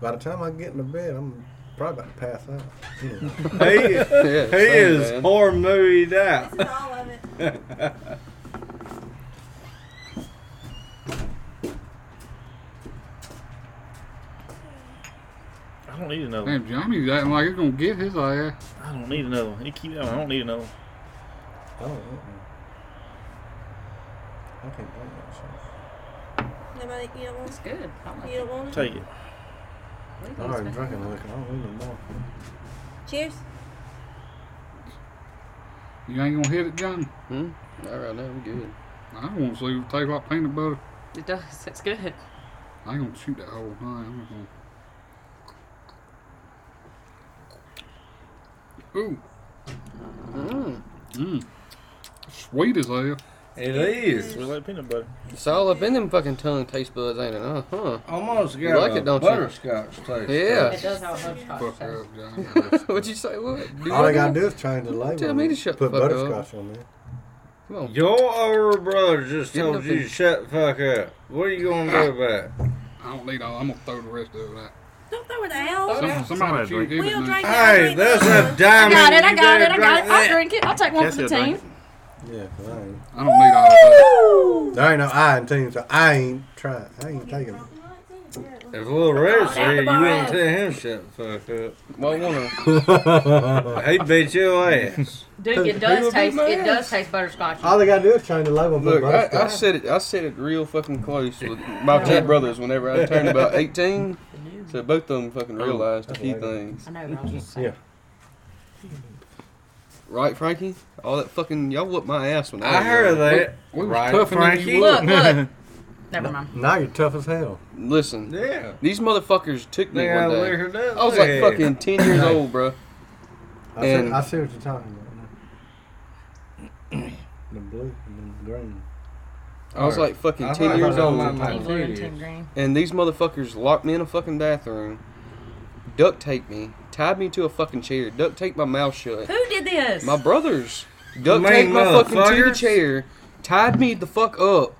[SPEAKER 2] By the time I get into bed, I'm probably about to pass out. You know.
[SPEAKER 3] He,
[SPEAKER 7] Yeah,
[SPEAKER 3] he
[SPEAKER 7] same,
[SPEAKER 3] is
[SPEAKER 7] man.
[SPEAKER 3] horror movie
[SPEAKER 5] This
[SPEAKER 3] out.
[SPEAKER 5] is all of it.
[SPEAKER 4] I don't need another. One.
[SPEAKER 1] Damn, Johnny's acting like it's gonna get his ass.
[SPEAKER 4] I don't need another. One. He keep. I don't need another. One.
[SPEAKER 2] I don't want one. I can't bring that shit.
[SPEAKER 5] Nobody, you don't want,
[SPEAKER 6] It's good. I like
[SPEAKER 5] you don't want it.
[SPEAKER 4] Take it.
[SPEAKER 6] it.
[SPEAKER 2] I already drank a liquor. I don't need no more.
[SPEAKER 5] Cheers.
[SPEAKER 1] You ain't gonna hit it, Johnny.
[SPEAKER 7] Hmm? All right, now we good.
[SPEAKER 1] I don't want to see it taste like peanut butter.
[SPEAKER 6] It does. It's good.
[SPEAKER 1] I ain't gonna shoot that whole thing. I'm not gonna. Ooh,
[SPEAKER 7] Mm.
[SPEAKER 1] mmm, sweet as hell.
[SPEAKER 3] It is.
[SPEAKER 4] It's really like peanut butter.
[SPEAKER 7] It's all up in them fucking tongue taste buds, ain't it? Uh huh.
[SPEAKER 3] Almost got
[SPEAKER 7] You like
[SPEAKER 3] a
[SPEAKER 7] it, don't you?
[SPEAKER 3] butterscotch taste.
[SPEAKER 7] Yeah.
[SPEAKER 6] It does have a hot
[SPEAKER 1] Fuck
[SPEAKER 6] taste.
[SPEAKER 1] up, Johnny.
[SPEAKER 7] What'd you say? What? Do
[SPEAKER 2] All
[SPEAKER 7] what
[SPEAKER 2] I gotta
[SPEAKER 7] now?
[SPEAKER 2] do is change the
[SPEAKER 7] You
[SPEAKER 2] label.
[SPEAKER 7] tell
[SPEAKER 2] and
[SPEAKER 7] me to shut the
[SPEAKER 2] Put
[SPEAKER 7] fuck up.
[SPEAKER 2] butterscotch on there.
[SPEAKER 7] Come on.
[SPEAKER 3] Your older brother just
[SPEAKER 7] Give it
[SPEAKER 3] told
[SPEAKER 7] up
[SPEAKER 3] you to
[SPEAKER 7] and-
[SPEAKER 3] shut the fuck up. What are you gonna do about it?
[SPEAKER 1] I don't need all. I'm gonna throw the rest of it out.
[SPEAKER 5] Don't throw it out.
[SPEAKER 1] Some,
[SPEAKER 6] yeah.
[SPEAKER 1] somebody
[SPEAKER 8] Somebody
[SPEAKER 1] should
[SPEAKER 8] drink
[SPEAKER 1] get
[SPEAKER 5] We
[SPEAKER 1] it
[SPEAKER 5] don't
[SPEAKER 1] now.
[SPEAKER 5] drink that.
[SPEAKER 3] Hey, that's a
[SPEAKER 6] I
[SPEAKER 3] diamond.
[SPEAKER 6] got it. I
[SPEAKER 3] You
[SPEAKER 6] got it.
[SPEAKER 3] better
[SPEAKER 6] I got it. I'll
[SPEAKER 3] drink
[SPEAKER 6] drink it. I'll take one for
[SPEAKER 8] Cassie
[SPEAKER 6] the
[SPEAKER 8] will
[SPEAKER 6] team.
[SPEAKER 8] drink
[SPEAKER 2] Yeah, 'cause I ain't.
[SPEAKER 1] I don't need all that.
[SPEAKER 2] There ain't no I in team, so I ain't trying. I ain't taking it.
[SPEAKER 3] that. If little Red's
[SPEAKER 6] Oh, that's
[SPEAKER 3] here, you
[SPEAKER 6] the bar.
[SPEAKER 3] wouldn't tell him to shut the fuck
[SPEAKER 7] Well, one of
[SPEAKER 3] up. He beat your ass.
[SPEAKER 6] Dude, it
[SPEAKER 2] Who will
[SPEAKER 6] does
[SPEAKER 2] beat
[SPEAKER 6] taste.
[SPEAKER 2] my
[SPEAKER 6] It
[SPEAKER 2] ass?
[SPEAKER 6] does taste butterscotch.
[SPEAKER 2] All they gotta do is change the label and put
[SPEAKER 7] Look, I, I
[SPEAKER 2] butterscotch.
[SPEAKER 7] said it. I said it real fucking close with my two brothers whenever I turned about eighteen. So both of them fucking
[SPEAKER 3] Oh,
[SPEAKER 7] realized a few things,
[SPEAKER 6] I know. but I was just saying.
[SPEAKER 2] Yeah.
[SPEAKER 7] right, Frankie? All that fucking y'all whooped my ass when I,
[SPEAKER 3] I
[SPEAKER 7] was
[SPEAKER 3] heard
[SPEAKER 7] young.
[SPEAKER 3] that.
[SPEAKER 1] We was
[SPEAKER 3] Right,
[SPEAKER 1] toughing than
[SPEAKER 3] Frankie?
[SPEAKER 1] you
[SPEAKER 6] Look, look. Never mind.
[SPEAKER 2] Now you're tough as hell.
[SPEAKER 7] Listen,
[SPEAKER 3] Yeah.
[SPEAKER 7] these motherfuckers took me
[SPEAKER 3] They
[SPEAKER 7] one
[SPEAKER 3] got
[SPEAKER 7] day.
[SPEAKER 3] liquored up.
[SPEAKER 7] I was like fucking ten years old, bro.
[SPEAKER 2] I, see,
[SPEAKER 7] And-
[SPEAKER 2] I see what you're talking about. now. the blue and then the green.
[SPEAKER 7] I was like
[SPEAKER 3] I
[SPEAKER 7] fucking
[SPEAKER 3] thought
[SPEAKER 7] ten
[SPEAKER 3] you
[SPEAKER 7] years
[SPEAKER 3] was on
[SPEAKER 7] old.
[SPEAKER 3] my
[SPEAKER 6] Team blue and
[SPEAKER 3] mind.
[SPEAKER 6] team green.
[SPEAKER 7] and these motherfuckers locked me in a fucking bathroom, duct taped me, tied me to a fucking chair, duct taped my mouth shut.
[SPEAKER 6] Who did this?
[SPEAKER 7] My brothers duct
[SPEAKER 3] Mean
[SPEAKER 7] taped my fucking to the
[SPEAKER 3] motherfuckers.
[SPEAKER 7] chair, tied me the fuck up,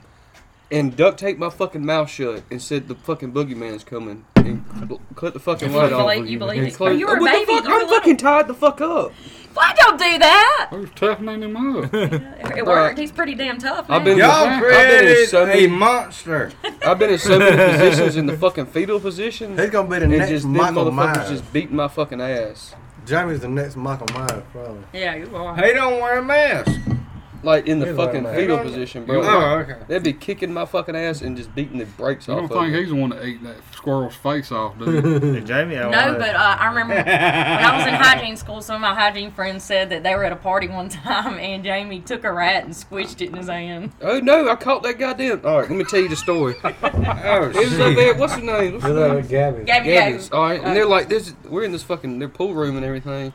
[SPEAKER 7] and duct taped my fucking mouth shut and said the fucking boogeyman's coming and cl- cut the fucking
[SPEAKER 6] You
[SPEAKER 7] light off.
[SPEAKER 6] believe, you believe it?
[SPEAKER 7] Clo-
[SPEAKER 6] you were a
[SPEAKER 7] what
[SPEAKER 6] baby.
[SPEAKER 7] the fuck?
[SPEAKER 6] you were
[SPEAKER 7] I'm
[SPEAKER 6] little.
[SPEAKER 7] fucking tied the fuck up.
[SPEAKER 6] Why don't do that?
[SPEAKER 1] Who's toughening him up?
[SPEAKER 6] It worked. He's pretty damn tough.
[SPEAKER 7] I've
[SPEAKER 6] now.
[SPEAKER 7] been-
[SPEAKER 3] Y'all
[SPEAKER 1] I've been
[SPEAKER 7] in
[SPEAKER 3] created
[SPEAKER 7] so many-
[SPEAKER 3] a monster.
[SPEAKER 7] I've been in so many positions in the fucking fetal position.
[SPEAKER 2] He's gonna be the
[SPEAKER 7] And
[SPEAKER 2] next
[SPEAKER 7] just them
[SPEAKER 2] Michael
[SPEAKER 7] motherfuckers
[SPEAKER 2] Myers.
[SPEAKER 7] just beating my fucking ass.
[SPEAKER 2] Jamie's the next Michael Myers, probably.
[SPEAKER 6] Yeah, you are.
[SPEAKER 3] He don't wear a mask.
[SPEAKER 7] Like in the
[SPEAKER 2] He's like
[SPEAKER 7] fucking
[SPEAKER 2] that.
[SPEAKER 7] fetal position, bro.
[SPEAKER 3] Oh, okay.
[SPEAKER 7] They'd be kicking my fucking ass and just beating the brakes
[SPEAKER 1] You
[SPEAKER 7] off
[SPEAKER 1] don't
[SPEAKER 7] of
[SPEAKER 1] think
[SPEAKER 7] me.
[SPEAKER 1] he's the one that ate that squirrel's face off, do you?
[SPEAKER 4] Hey, Jamie, I
[SPEAKER 6] No,
[SPEAKER 4] wanna-
[SPEAKER 6] but uh, I remember when I was in hygiene school, some of my hygiene friends said that they were at a party one time and Jamie took a rat and squished it in his hand.
[SPEAKER 7] Oh no, I caught that goddamn. All right, let me tell you the story. it
[SPEAKER 3] Oh,
[SPEAKER 7] was
[SPEAKER 3] shit.
[SPEAKER 7] up there. What's her name? What's her
[SPEAKER 2] You're
[SPEAKER 7] name?
[SPEAKER 2] like Gabby.
[SPEAKER 6] Gabby, Gabby.
[SPEAKER 7] Gabbys.
[SPEAKER 6] Uh,
[SPEAKER 7] All right, and they're like, "This, we're in this fucking their pool room and everything."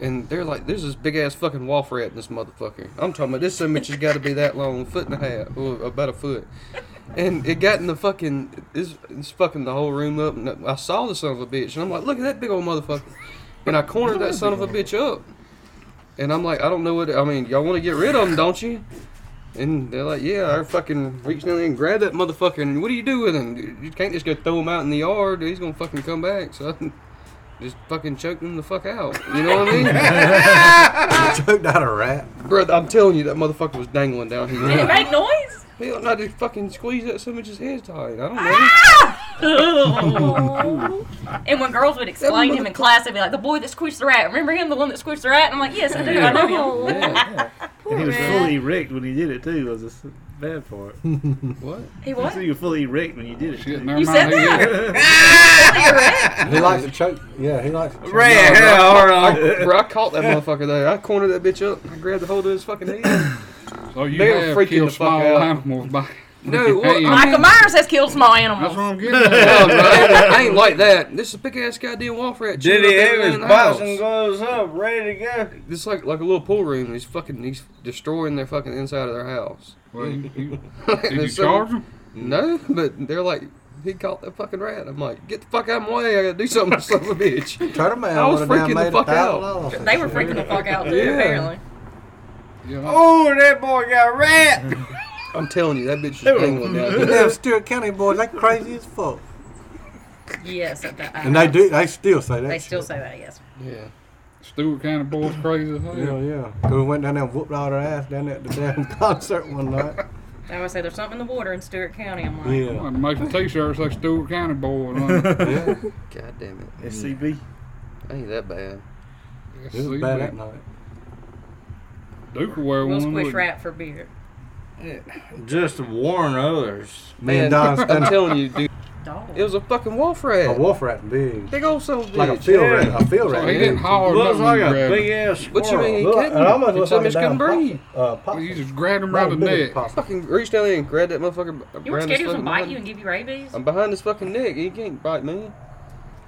[SPEAKER 7] And they're like, "There's this big ass fucking wall rat in this motherfucker." I'm talking about this so much has got to be that long, foot and a half, or about a foot. And it got in the fucking, it's, it's fucking the whole room up. And I saw the son of a bitch, and I'm like, "Look at that big old motherfucker!" And I cornered that son of a bitch up. And I'm like, "I don't know what. I mean, y'all want to get rid of him, don't you?" And they're like, yeah, I fucking reached down there and grabbed that motherfucker. And what do you do with him? You can't just go throw him out in the yard. He's gonna fucking come back. So I just fucking choked him the fuck out. You know what I
[SPEAKER 2] choked out a rat.
[SPEAKER 7] mean, bro? I'm telling you, that motherfucker was dangling down
[SPEAKER 6] Did it
[SPEAKER 7] here.
[SPEAKER 6] make noise?
[SPEAKER 7] Hell, no, I just fucking squeezed that so much his head tight. I don't know.
[SPEAKER 6] Ugh. and when girls would explain him in class, they'd be like, the boy that squished the rat. Remember him, the one that squished the rat? And I'm like, yes, I do. I know him.
[SPEAKER 5] Oh,
[SPEAKER 7] Yeah.
[SPEAKER 4] And he was
[SPEAKER 5] Rat.
[SPEAKER 4] fully erect when he did it too. Was this bad part? You
[SPEAKER 7] What?
[SPEAKER 6] He was.
[SPEAKER 4] said you were fully erect when you did it.
[SPEAKER 1] Shit,
[SPEAKER 4] Too.
[SPEAKER 1] never
[SPEAKER 6] You said
[SPEAKER 1] mind. He
[SPEAKER 6] that.
[SPEAKER 1] is.
[SPEAKER 2] He likes to choke. Yeah, he likes to choke.
[SPEAKER 3] Red, hell, hold on.
[SPEAKER 7] Bro, I caught that motherfucker there. I cornered that bitch up. I grabbed the hold of his fucking head.
[SPEAKER 1] So Oh, you
[SPEAKER 7] They were
[SPEAKER 1] have
[SPEAKER 7] freaking
[SPEAKER 1] killed
[SPEAKER 7] the fuck
[SPEAKER 1] small
[SPEAKER 7] out.
[SPEAKER 1] animals by
[SPEAKER 7] No, what-
[SPEAKER 1] Hey,
[SPEAKER 6] Michael Myers has killed small
[SPEAKER 1] That's
[SPEAKER 6] animals.
[SPEAKER 1] what I'm getting at.
[SPEAKER 7] No, bro, I ain't like that. This is a big ass goddamn wall rat.
[SPEAKER 3] Did
[SPEAKER 7] chewing
[SPEAKER 3] he
[SPEAKER 7] up
[SPEAKER 3] have
[SPEAKER 7] everything
[SPEAKER 3] his
[SPEAKER 7] in the house.
[SPEAKER 3] boxing gloves up, ready to go?
[SPEAKER 7] It's like like a little pool room. He's fucking he's destroying their fucking inside of their house.
[SPEAKER 1] Well, you, you,
[SPEAKER 7] Like,
[SPEAKER 1] did you
[SPEAKER 7] there's so-
[SPEAKER 1] charge him?
[SPEAKER 7] No, but they're like, he caught that fucking rat. I'm like, get the fuck out of my way. I gotta do something to son of a bitch.
[SPEAKER 2] Turtle Man
[SPEAKER 7] I was
[SPEAKER 2] would've damn
[SPEAKER 7] freaking the
[SPEAKER 2] made a
[SPEAKER 7] fuck out.
[SPEAKER 2] thousand dollars.
[SPEAKER 6] They were freaking the fuck out too,
[SPEAKER 7] Yeah.
[SPEAKER 6] apparently.
[SPEAKER 1] You know,
[SPEAKER 3] Oh, that boy got rat.
[SPEAKER 7] I'm telling you, that bitch
[SPEAKER 4] They were-
[SPEAKER 7] was dangling down
[SPEAKER 2] The
[SPEAKER 7] there.
[SPEAKER 2] damn Stewart County boys, they crazy as fuck.
[SPEAKER 6] Yes, at that.
[SPEAKER 2] And they do, they still say that.
[SPEAKER 6] They still
[SPEAKER 2] shit.
[SPEAKER 6] say that. Yes.
[SPEAKER 7] Yeah.
[SPEAKER 1] Stewart County boys crazy as hell.
[SPEAKER 2] Yeah, yeah. 'Cause we went down there and whooped all their ass down at the damn concert one night.
[SPEAKER 6] They always say there's something in the water in Stewart County. I'm like,
[SPEAKER 2] Yeah.
[SPEAKER 1] I'm making t-shirts like Stewart County boys. on it.
[SPEAKER 2] yeah.
[SPEAKER 7] God damn it.
[SPEAKER 4] SCB.
[SPEAKER 7] Ain't that bad.
[SPEAKER 1] Let's
[SPEAKER 2] It
[SPEAKER 1] see,
[SPEAKER 2] was bad that
[SPEAKER 1] man.
[SPEAKER 2] night.
[SPEAKER 1] Duke will wear
[SPEAKER 6] we'll
[SPEAKER 1] one.
[SPEAKER 6] squish
[SPEAKER 1] wouldn't
[SPEAKER 6] rat for beer.
[SPEAKER 3] Just to warn others.
[SPEAKER 2] Me and Don
[SPEAKER 7] I'm
[SPEAKER 2] stunned.
[SPEAKER 7] telling you, dude,
[SPEAKER 6] Dog.
[SPEAKER 7] it was a fucking wolf
[SPEAKER 2] A
[SPEAKER 7] rat.
[SPEAKER 2] wolf rat big.
[SPEAKER 7] Big old son of a
[SPEAKER 2] Like a
[SPEAKER 7] bitch.
[SPEAKER 2] field
[SPEAKER 3] yeah.
[SPEAKER 2] rat. A field
[SPEAKER 1] he?
[SPEAKER 2] rat.
[SPEAKER 1] So he didn't holler
[SPEAKER 3] Looks
[SPEAKER 1] nothing when
[SPEAKER 3] like
[SPEAKER 1] you
[SPEAKER 3] a
[SPEAKER 1] grabbed
[SPEAKER 3] big
[SPEAKER 1] him.
[SPEAKER 3] ass
[SPEAKER 7] What you mean?
[SPEAKER 3] squirrel.
[SPEAKER 2] Look,
[SPEAKER 7] couldn't.
[SPEAKER 2] it almost looks
[SPEAKER 7] Some
[SPEAKER 2] like a
[SPEAKER 7] bitch couldn't
[SPEAKER 2] damn pop-
[SPEAKER 7] breathe.
[SPEAKER 2] Uh, pop.
[SPEAKER 1] You just grabbed him
[SPEAKER 2] Not
[SPEAKER 1] around
[SPEAKER 2] a
[SPEAKER 1] the
[SPEAKER 2] big
[SPEAKER 1] neck.
[SPEAKER 2] pop.
[SPEAKER 7] Fucking reached down there and grabbed that motherfucker.
[SPEAKER 6] You
[SPEAKER 7] b-
[SPEAKER 6] weren't
[SPEAKER 7] around
[SPEAKER 6] scared
[SPEAKER 7] his
[SPEAKER 6] he was gonna
[SPEAKER 7] fucking
[SPEAKER 6] bite
[SPEAKER 7] neck.
[SPEAKER 6] you and give you rabies?
[SPEAKER 7] I'm behind his fucking neck. He can't bite me.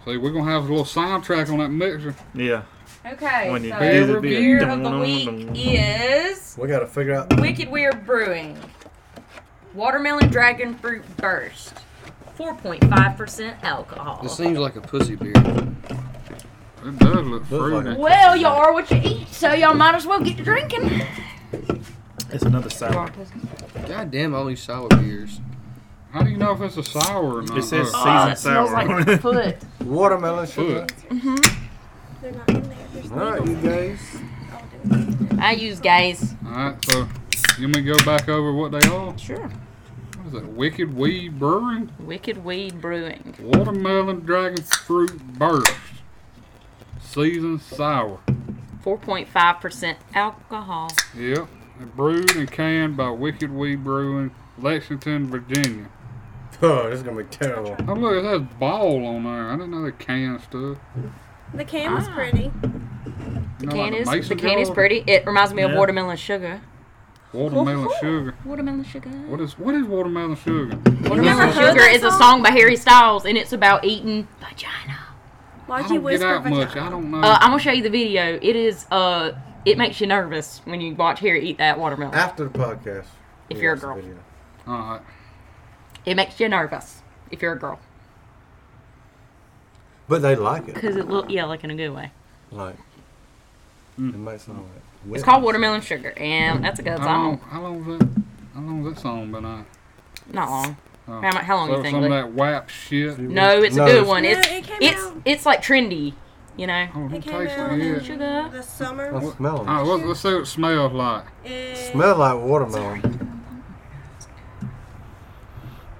[SPEAKER 1] See, we're gonna have a little soundtrack on that mixer.
[SPEAKER 4] Yeah.
[SPEAKER 6] Okay,
[SPEAKER 4] When you
[SPEAKER 6] so
[SPEAKER 4] do
[SPEAKER 1] the
[SPEAKER 6] the beer
[SPEAKER 4] beer.
[SPEAKER 6] of the week
[SPEAKER 4] Dun-dun-dun-dun.
[SPEAKER 6] is
[SPEAKER 2] We gotta figure out.
[SPEAKER 6] Wicked Weird Brewing Watermelon Dragon Fruit Burst, 4.5% alcohol.
[SPEAKER 7] This seems like a pussy beer.
[SPEAKER 1] It does look
[SPEAKER 2] like
[SPEAKER 1] fruity.
[SPEAKER 2] a-
[SPEAKER 6] Well, y'all are what you eat, so y'all might as well get to drinking.
[SPEAKER 4] It's another sour.
[SPEAKER 7] God damn all these sour beers.
[SPEAKER 1] How do you know if it's a sour or not?
[SPEAKER 4] It says
[SPEAKER 1] Uh,
[SPEAKER 4] seasoned
[SPEAKER 6] Oh, it smells
[SPEAKER 4] sour. on
[SPEAKER 6] like
[SPEAKER 4] it.
[SPEAKER 6] foot.
[SPEAKER 2] Watermelon sugar.
[SPEAKER 1] foot.
[SPEAKER 5] They're not in there. There's
[SPEAKER 2] All right, you guys.
[SPEAKER 6] I use guys.
[SPEAKER 1] All right, so you want me to go back over what they are?
[SPEAKER 6] Sure.
[SPEAKER 1] What is that? Wicked Weed Brewing
[SPEAKER 6] Wicked Weed Brewing.
[SPEAKER 1] Watermelon Dragon Fruit Burst Seasoned Sour.
[SPEAKER 6] 4.5% alcohol.
[SPEAKER 1] Yep. Brewed and canned by Wicked Weed Brewing, Lexington, Virginia.
[SPEAKER 2] Oh, this is gonna be terrible.
[SPEAKER 1] Oh look, it has ball on there. I didn't know they canned stuff.
[SPEAKER 5] The can was
[SPEAKER 6] Ah.
[SPEAKER 5] pretty.
[SPEAKER 1] You
[SPEAKER 6] The
[SPEAKER 1] know,
[SPEAKER 6] can
[SPEAKER 1] like
[SPEAKER 6] is the
[SPEAKER 1] mason
[SPEAKER 6] can is
[SPEAKER 1] jar?
[SPEAKER 6] pretty. It reminds me of
[SPEAKER 4] Yeah.
[SPEAKER 6] watermelon sugar.
[SPEAKER 1] Watermelon sugar.
[SPEAKER 6] Watermelon sugar.
[SPEAKER 1] What is what is watermelon sugar?
[SPEAKER 6] Watermelon
[SPEAKER 5] Never heard
[SPEAKER 6] Sugar
[SPEAKER 5] that
[SPEAKER 6] is a
[SPEAKER 5] song?
[SPEAKER 6] song by Harry Styles, and it's about eating vagina.
[SPEAKER 1] I
[SPEAKER 5] Why'd you
[SPEAKER 1] don't get
[SPEAKER 5] whisper
[SPEAKER 1] out
[SPEAKER 5] vagina?
[SPEAKER 1] much. I don't know.
[SPEAKER 6] Uh, I'm gonna show you the video. It is uh, it makes you nervous when you watch Harry eat that watermelon.
[SPEAKER 2] After the podcast.
[SPEAKER 6] If
[SPEAKER 2] we
[SPEAKER 6] you're a
[SPEAKER 2] watch the
[SPEAKER 6] girl.
[SPEAKER 2] video.
[SPEAKER 1] All right.
[SPEAKER 6] It makes you nervous if you're a girl,
[SPEAKER 2] But they like it.
[SPEAKER 6] cause it look yeah, like in a good way.
[SPEAKER 2] Like. It might sound like.
[SPEAKER 6] It's called Watermelon Sugar, and that's a good
[SPEAKER 1] How long,
[SPEAKER 6] song.
[SPEAKER 1] how long was that? How long was that song been out?
[SPEAKER 6] Not long.
[SPEAKER 1] Oh.
[SPEAKER 6] How, mu- how long
[SPEAKER 1] So
[SPEAKER 6] you think?
[SPEAKER 1] some of
[SPEAKER 6] Luke?
[SPEAKER 1] that WAP shit.
[SPEAKER 6] No, it's a good one.
[SPEAKER 5] No,
[SPEAKER 6] It's
[SPEAKER 5] it came
[SPEAKER 6] it's
[SPEAKER 5] out.
[SPEAKER 6] it's like trendy, you know.
[SPEAKER 1] Oh,
[SPEAKER 5] It
[SPEAKER 1] don't
[SPEAKER 5] came
[SPEAKER 1] taste
[SPEAKER 5] out
[SPEAKER 1] it
[SPEAKER 5] in
[SPEAKER 1] yet.
[SPEAKER 6] Sugar.
[SPEAKER 5] the summer.
[SPEAKER 2] I smell
[SPEAKER 1] All right,
[SPEAKER 2] them.
[SPEAKER 1] let's, let's see what it smells like.
[SPEAKER 5] It
[SPEAKER 2] Smell like watermelon.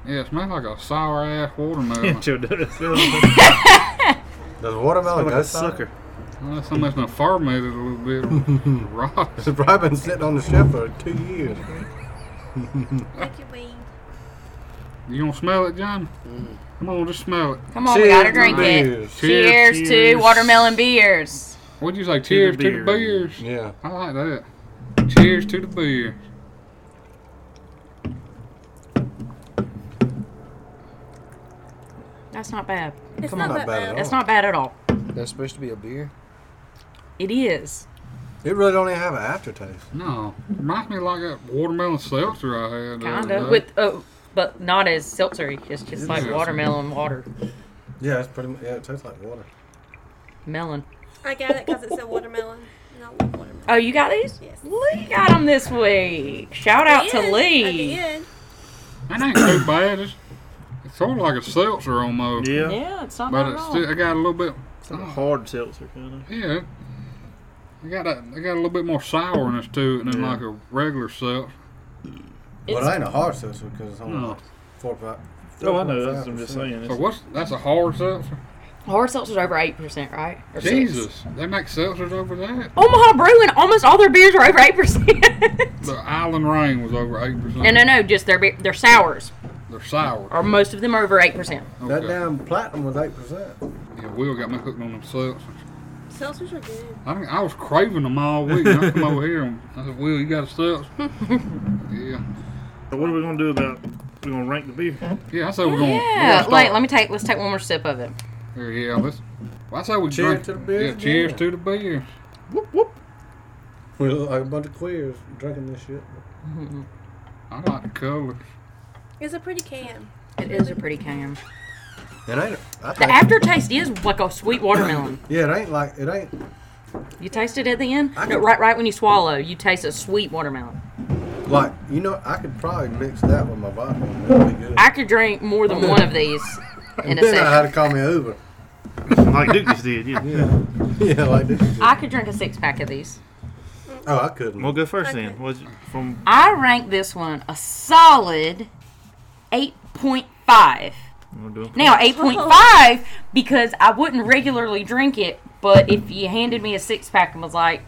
[SPEAKER 1] Yeah, it smells like a sour ass watermelon.
[SPEAKER 4] It sure does.
[SPEAKER 2] Does watermelon
[SPEAKER 4] Like
[SPEAKER 2] go
[SPEAKER 4] a
[SPEAKER 2] sour?
[SPEAKER 4] sucker.
[SPEAKER 1] Unless somebody's been farming it a little bit. Rot.
[SPEAKER 2] It's probably been sitting on the shelf for two years.
[SPEAKER 5] Wicked weed.
[SPEAKER 1] You gonna smell it, John?
[SPEAKER 6] Mm.
[SPEAKER 1] Come on, just smell it.
[SPEAKER 6] Come on, we gotta drink it.
[SPEAKER 2] Cheers.
[SPEAKER 6] Cheers,
[SPEAKER 4] Cheers.
[SPEAKER 6] to watermelon beers.
[SPEAKER 1] What'd you say? Cheers to the,
[SPEAKER 4] beer.
[SPEAKER 1] beers.
[SPEAKER 2] Yeah.
[SPEAKER 1] I like that. Cheers to the beer.
[SPEAKER 6] That's not bad.
[SPEAKER 5] It's
[SPEAKER 2] Come
[SPEAKER 5] not,
[SPEAKER 2] on,
[SPEAKER 5] that
[SPEAKER 2] bad at
[SPEAKER 5] bad.
[SPEAKER 2] all.
[SPEAKER 6] That's not bad at all.
[SPEAKER 7] That's supposed to be a beer?
[SPEAKER 6] It is.
[SPEAKER 2] It really don't even have an aftertaste.
[SPEAKER 1] No, reminds me like that watermelon seltzer I had. the other
[SPEAKER 6] Kind
[SPEAKER 1] day.
[SPEAKER 6] of with uh, but not as seltzery. It's just like watermelon water,
[SPEAKER 2] Yeah, it's pretty much, yeah, it tastes like water.
[SPEAKER 6] melon.
[SPEAKER 5] I got it because it said watermelon. And I love watermelon.
[SPEAKER 6] Oh, you got these?
[SPEAKER 5] Yes.
[SPEAKER 6] Lee got them this week. Shout out to
[SPEAKER 5] And
[SPEAKER 6] Lee.
[SPEAKER 5] At the end,
[SPEAKER 1] That ain't too bad. It's, it's sort of like a seltzer almost.
[SPEAKER 4] Yeah.
[SPEAKER 6] Yeah, it's not
[SPEAKER 1] But
[SPEAKER 6] bad at
[SPEAKER 1] it's
[SPEAKER 6] all.
[SPEAKER 1] still, I got a little bit.
[SPEAKER 4] It's like a hard seltzer, kind of.
[SPEAKER 1] Yeah. I got a, I got a little bit more sourness to it than
[SPEAKER 4] Yeah.
[SPEAKER 1] like a regular seltzer.
[SPEAKER 2] But
[SPEAKER 6] It's-
[SPEAKER 2] it ain't a hard seltzer because it's only
[SPEAKER 1] No.
[SPEAKER 2] four five.
[SPEAKER 4] Oh, I know. That's what I'm just saying.
[SPEAKER 1] So
[SPEAKER 4] It's,
[SPEAKER 1] what's that's a hard seltzer?
[SPEAKER 6] Hard seltzer's over eight percent, right? Or six.
[SPEAKER 1] Jesus, they make seltzers over that.
[SPEAKER 6] Omaha Brewing, almost all their beers are over eight percent.
[SPEAKER 1] The Island Rain was over eight percent.
[SPEAKER 6] No, no, no. Just their be- their sours,
[SPEAKER 1] They're sour.
[SPEAKER 6] or most of them are over eight percent.
[SPEAKER 2] That
[SPEAKER 1] Okay.
[SPEAKER 2] damn platinum was eight percent.
[SPEAKER 1] Yeah, Will got me hooked on them seltzers.
[SPEAKER 5] seltzers are good.
[SPEAKER 1] I, think- I was craving them all week. and I come over here and I said, Will, you got a seltzer? yeah.
[SPEAKER 4] so what are we gonna do about? We gonna rank the beer?
[SPEAKER 1] Yeah, I said we're going.
[SPEAKER 6] Oh, Yeah. Wait, let me take. Let's take one more sip of it.
[SPEAKER 1] Here, yeah, let's. Well, I say we
[SPEAKER 2] Cheers
[SPEAKER 1] drink.
[SPEAKER 2] to the beers
[SPEAKER 1] Yeah, cheers
[SPEAKER 2] again.
[SPEAKER 1] to the beer.
[SPEAKER 4] Whoop whoop.
[SPEAKER 2] We look like a bunch of queers drinking this shit.
[SPEAKER 1] I like the colors.
[SPEAKER 5] It's a pretty can.
[SPEAKER 6] It is a pretty can.
[SPEAKER 2] It ain't. I
[SPEAKER 6] The
[SPEAKER 2] think,
[SPEAKER 6] aftertaste is like a sweet watermelon.
[SPEAKER 2] yeah, it ain't like it ain't.
[SPEAKER 6] You taste it at the end? No, right, right when you swallow, you taste a sweet watermelon.
[SPEAKER 2] Like you know, I could probably mix that with my vodka. and That'd be good.
[SPEAKER 6] I could drink more than one of these in
[SPEAKER 2] and
[SPEAKER 6] a
[SPEAKER 2] then I had to
[SPEAKER 6] session.
[SPEAKER 2] call me an Uber.
[SPEAKER 8] like Duke just did. Yeah.
[SPEAKER 2] Yeah, yeah, like this. is it.
[SPEAKER 6] I could drink a six pack of these.
[SPEAKER 2] Oh, I couldn't.
[SPEAKER 8] We'll go first then.
[SPEAKER 5] Okay.
[SPEAKER 8] What's from?
[SPEAKER 6] I rank this one a solid 8.5.
[SPEAKER 8] We'll do it.
[SPEAKER 6] Now, 8.5 because I wouldn't regularly drink it, but if you handed me a six pack and was like,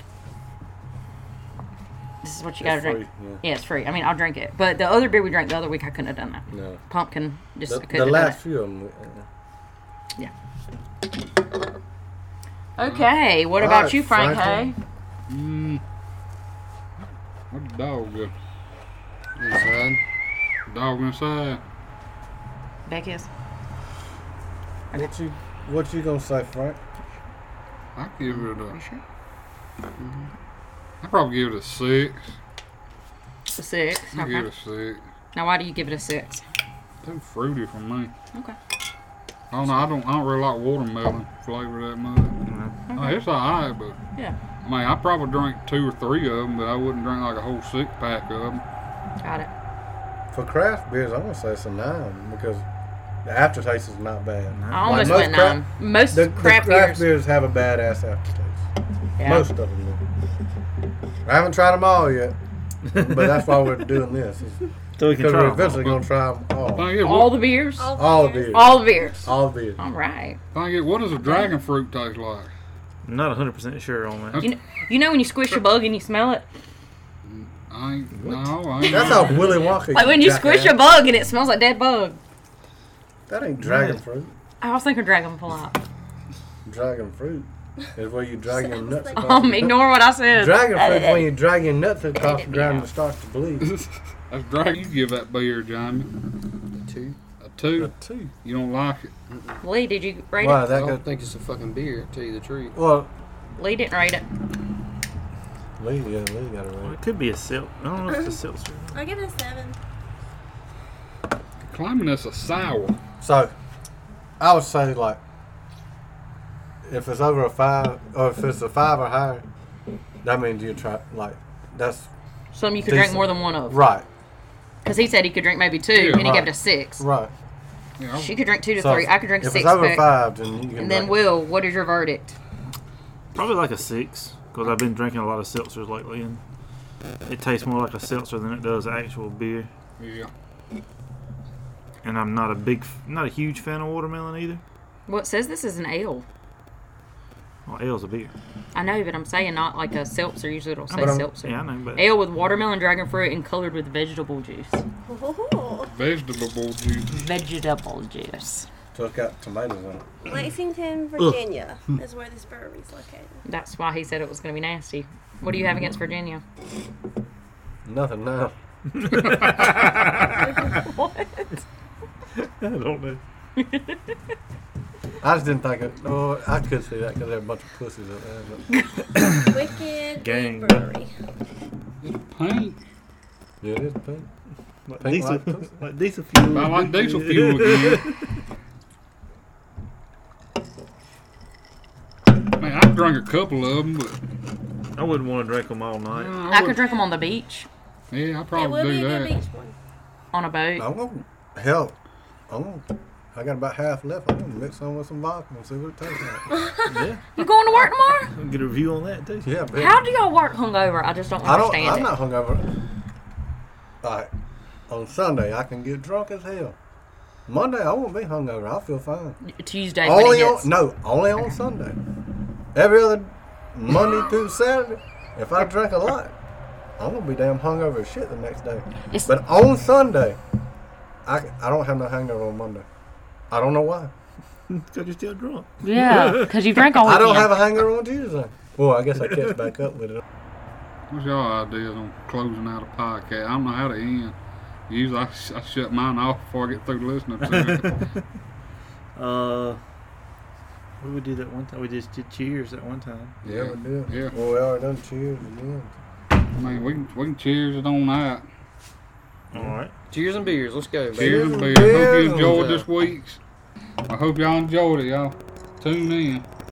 [SPEAKER 6] this is what you gotta
[SPEAKER 2] It's
[SPEAKER 6] drink.
[SPEAKER 2] free, yeah.
[SPEAKER 6] Yeah, it's free. I mean, I'll drink it. But the other beer we drank the other week, I couldn't have done that.
[SPEAKER 2] No.
[SPEAKER 6] Pumpkin, just
[SPEAKER 2] The, the
[SPEAKER 6] couldn't have
[SPEAKER 2] last
[SPEAKER 6] done
[SPEAKER 2] few of uh, them.
[SPEAKER 6] it. Okay, what
[SPEAKER 2] All
[SPEAKER 6] about
[SPEAKER 2] right,
[SPEAKER 6] you, Frank?
[SPEAKER 2] Franklin.
[SPEAKER 6] Hey?
[SPEAKER 1] Mm. What the dog go?
[SPEAKER 7] Inside.
[SPEAKER 1] Dog inside.
[SPEAKER 6] Beck is.
[SPEAKER 2] What you What you gonna say, Frank?
[SPEAKER 1] I give it a.
[SPEAKER 6] You sure?
[SPEAKER 1] I probably give it a six.
[SPEAKER 6] A six.
[SPEAKER 1] I
[SPEAKER 6] Okay.
[SPEAKER 1] give it a
[SPEAKER 6] Uh-huh.
[SPEAKER 1] six.
[SPEAKER 6] Now, why do you give it a six?
[SPEAKER 1] Too fruity for me.
[SPEAKER 6] Okay.
[SPEAKER 1] I don't know. I don't. I don't really like watermelon flavor that much.
[SPEAKER 2] Mm-hmm.
[SPEAKER 1] Oh, it's alright, but
[SPEAKER 6] Yeah.
[SPEAKER 1] I mean, I probably drank two or three of them, but I wouldn't drink like a whole six pack of them.
[SPEAKER 6] Got it.
[SPEAKER 2] For craft beers, I'm gonna say it's a nine because the aftertaste is not bad.
[SPEAKER 6] I almost
[SPEAKER 2] most
[SPEAKER 6] went
[SPEAKER 2] crap-
[SPEAKER 6] nine. Most
[SPEAKER 2] The, the
[SPEAKER 6] crap
[SPEAKER 2] craft
[SPEAKER 6] beers.
[SPEAKER 2] beers. have a badass aftertaste.
[SPEAKER 6] Yeah.
[SPEAKER 2] Most of them. do. I haven't tried them all yet, but that's why we're doing this. is
[SPEAKER 4] So we
[SPEAKER 2] Because
[SPEAKER 4] can
[SPEAKER 2] we're
[SPEAKER 4] try them.
[SPEAKER 2] eventually gonna try them all.
[SPEAKER 1] Thing is,
[SPEAKER 6] All
[SPEAKER 1] what,
[SPEAKER 6] the beers.
[SPEAKER 5] All,
[SPEAKER 2] All of these.
[SPEAKER 6] All the beers.
[SPEAKER 2] All of these.
[SPEAKER 6] All right.
[SPEAKER 1] thing is, what does a dragon fruit taste like?
[SPEAKER 8] I'm not 100 percent sure on that.
[SPEAKER 6] You know, you know when you squish a bug and you smell it?
[SPEAKER 1] I ain't, no, I ain't.
[SPEAKER 2] That's how Willy Wonka.
[SPEAKER 6] Like when you squish a
[SPEAKER 2] jackass.
[SPEAKER 6] bug and it smells like dead bug.
[SPEAKER 2] That ain't dragon fruit.
[SPEAKER 6] I was thinking dragon flop.
[SPEAKER 2] Dragon fruit is where you drag your nuts. across
[SPEAKER 6] Um,
[SPEAKER 2] the-
[SPEAKER 6] ignore what I said.
[SPEAKER 2] Dragon
[SPEAKER 6] Uh,
[SPEAKER 2] fruit is when you drag your nuts across the
[SPEAKER 6] Edit me
[SPEAKER 2] ground
[SPEAKER 6] out.
[SPEAKER 2] and starts to bleed.
[SPEAKER 1] That's dragon. You give that beer, Johnny.
[SPEAKER 7] The two.
[SPEAKER 1] A two.
[SPEAKER 2] two.
[SPEAKER 1] You don't like it.
[SPEAKER 6] Lee, did you rate
[SPEAKER 2] Wow,
[SPEAKER 7] I
[SPEAKER 2] that
[SPEAKER 7] don't
[SPEAKER 2] got
[SPEAKER 7] think it's a fucking beer, to tell you the truth.
[SPEAKER 2] well.
[SPEAKER 6] it? Lee didn't rate it.
[SPEAKER 2] Lee, yeah, Lee got it
[SPEAKER 8] Well,
[SPEAKER 2] right.
[SPEAKER 8] it could be a sil. I don't know if it's a seltzer.
[SPEAKER 5] I give it a seven.
[SPEAKER 1] Climbing us a sour.
[SPEAKER 2] So, I would say like, if it's over a five, or if it's a five or higher, that means you try like that's
[SPEAKER 6] Something you could drink
[SPEAKER 2] Decent.
[SPEAKER 6] more than one of.
[SPEAKER 2] right,
[SPEAKER 6] Because he said he could drink maybe two,
[SPEAKER 1] Yeah,
[SPEAKER 6] and he
[SPEAKER 2] right.
[SPEAKER 6] gave it a six.
[SPEAKER 2] right.
[SPEAKER 1] Yeah, I-
[SPEAKER 6] She could drink two to
[SPEAKER 2] So,
[SPEAKER 6] three. I could drink a
[SPEAKER 2] if
[SPEAKER 6] six
[SPEAKER 2] it's over
[SPEAKER 6] pack.
[SPEAKER 2] five, then you can.
[SPEAKER 6] And then
[SPEAKER 2] drink
[SPEAKER 6] Will, what is your verdict?
[SPEAKER 8] Probably like a six because I've been drinking a lot of seltzers lately, and it tastes more like a seltzer than it does actual beer.
[SPEAKER 1] yeah.
[SPEAKER 8] And I'm not a big, f- not a huge fan of watermelon either.
[SPEAKER 6] Well, it says this is an ale.
[SPEAKER 8] Well, ale's a beer.
[SPEAKER 6] I know, but I'm saying not like a seltzer. Usually it'll say
[SPEAKER 2] But I'm-
[SPEAKER 6] seltzer.
[SPEAKER 8] Yeah, I know, but
[SPEAKER 6] Ale with watermelon, dragon fruit, and colored with vegetable juice.
[SPEAKER 5] Ooh.
[SPEAKER 1] Vegetable juice.
[SPEAKER 6] Vegetable juice.
[SPEAKER 2] So it's got tomatoes in it.
[SPEAKER 5] Lexington, Virginia is where this brewery is located.
[SPEAKER 6] That's why he said it was going to be nasty. What do you have against Virginia?
[SPEAKER 2] Nothing now.
[SPEAKER 6] What?
[SPEAKER 8] I don't know.
[SPEAKER 2] I just didn't think it. Oh, I could see that because there are a bunch of pussies up there. But
[SPEAKER 5] Wicked
[SPEAKER 8] Gang.
[SPEAKER 5] Weed Brewery.
[SPEAKER 1] Paint.
[SPEAKER 2] yeah, it is pink.
[SPEAKER 8] Like
[SPEAKER 2] Pink
[SPEAKER 8] diesel,
[SPEAKER 2] lactose?
[SPEAKER 8] like diesel fuel.
[SPEAKER 1] I like diesel fuel again. Man, I drank a couple of them, but
[SPEAKER 8] I wouldn't want to drink them all night.
[SPEAKER 1] yeah, I,
[SPEAKER 6] I
[SPEAKER 1] would,
[SPEAKER 6] could drink them on the beach,
[SPEAKER 1] yeah, I
[SPEAKER 5] It would
[SPEAKER 1] probably
[SPEAKER 5] be
[SPEAKER 1] do
[SPEAKER 5] a good
[SPEAKER 1] that.
[SPEAKER 5] beach one.
[SPEAKER 6] on a boat.
[SPEAKER 2] I'm gonna help. I'm gonna. I got about half left. I'm gonna mix some with some vodka and see what it tastes like.
[SPEAKER 8] yeah,
[SPEAKER 6] You going to work tomorrow?
[SPEAKER 8] I'll get a review on that too.
[SPEAKER 2] Yeah, baby.
[SPEAKER 6] How do y'all work hungover? I just don't
[SPEAKER 2] I don't.
[SPEAKER 6] understand
[SPEAKER 2] I'm
[SPEAKER 6] it.
[SPEAKER 2] not hungover. Like on Sunday, I can get drunk as hell. Monday, I won't be hungover. I'll feel fine.
[SPEAKER 6] Tuesdays when it
[SPEAKER 2] Only
[SPEAKER 6] hits.
[SPEAKER 2] on no, only on Sunday. Every other Monday through Saturday, if I drink a lot, I'm gonna be damn hungover as shit the next day.
[SPEAKER 6] It's-
[SPEAKER 2] But on Sunday, I I don't have no hangover on Monday. I don't know why.
[SPEAKER 8] Because you're still drunk.
[SPEAKER 6] yeah, because you drank all
[SPEAKER 2] I
[SPEAKER 6] weekend.
[SPEAKER 2] don't have a hangover on Tuesday. Well, I guess I catch back up with it.
[SPEAKER 1] What's your ideas on closing out a podcast? I don't know how to end. Usually, I, sh- I shut mine off before I get through listening to it.
[SPEAKER 8] Uh, we would do that one time. We just did cheers that one time.
[SPEAKER 2] Yeah, we do.
[SPEAKER 1] Yeah.
[SPEAKER 2] Well, we already done cheers again.
[SPEAKER 1] Man, we can, we can cheers it on out.
[SPEAKER 4] All right.
[SPEAKER 7] Cheers and beers. Let's go. baby.
[SPEAKER 1] Cheers and beers.
[SPEAKER 2] Cheers
[SPEAKER 1] Hope
[SPEAKER 2] and
[SPEAKER 1] you enjoyed
[SPEAKER 7] beers.
[SPEAKER 1] this week's. I hope y'all enjoyed it, y'all. Tune in.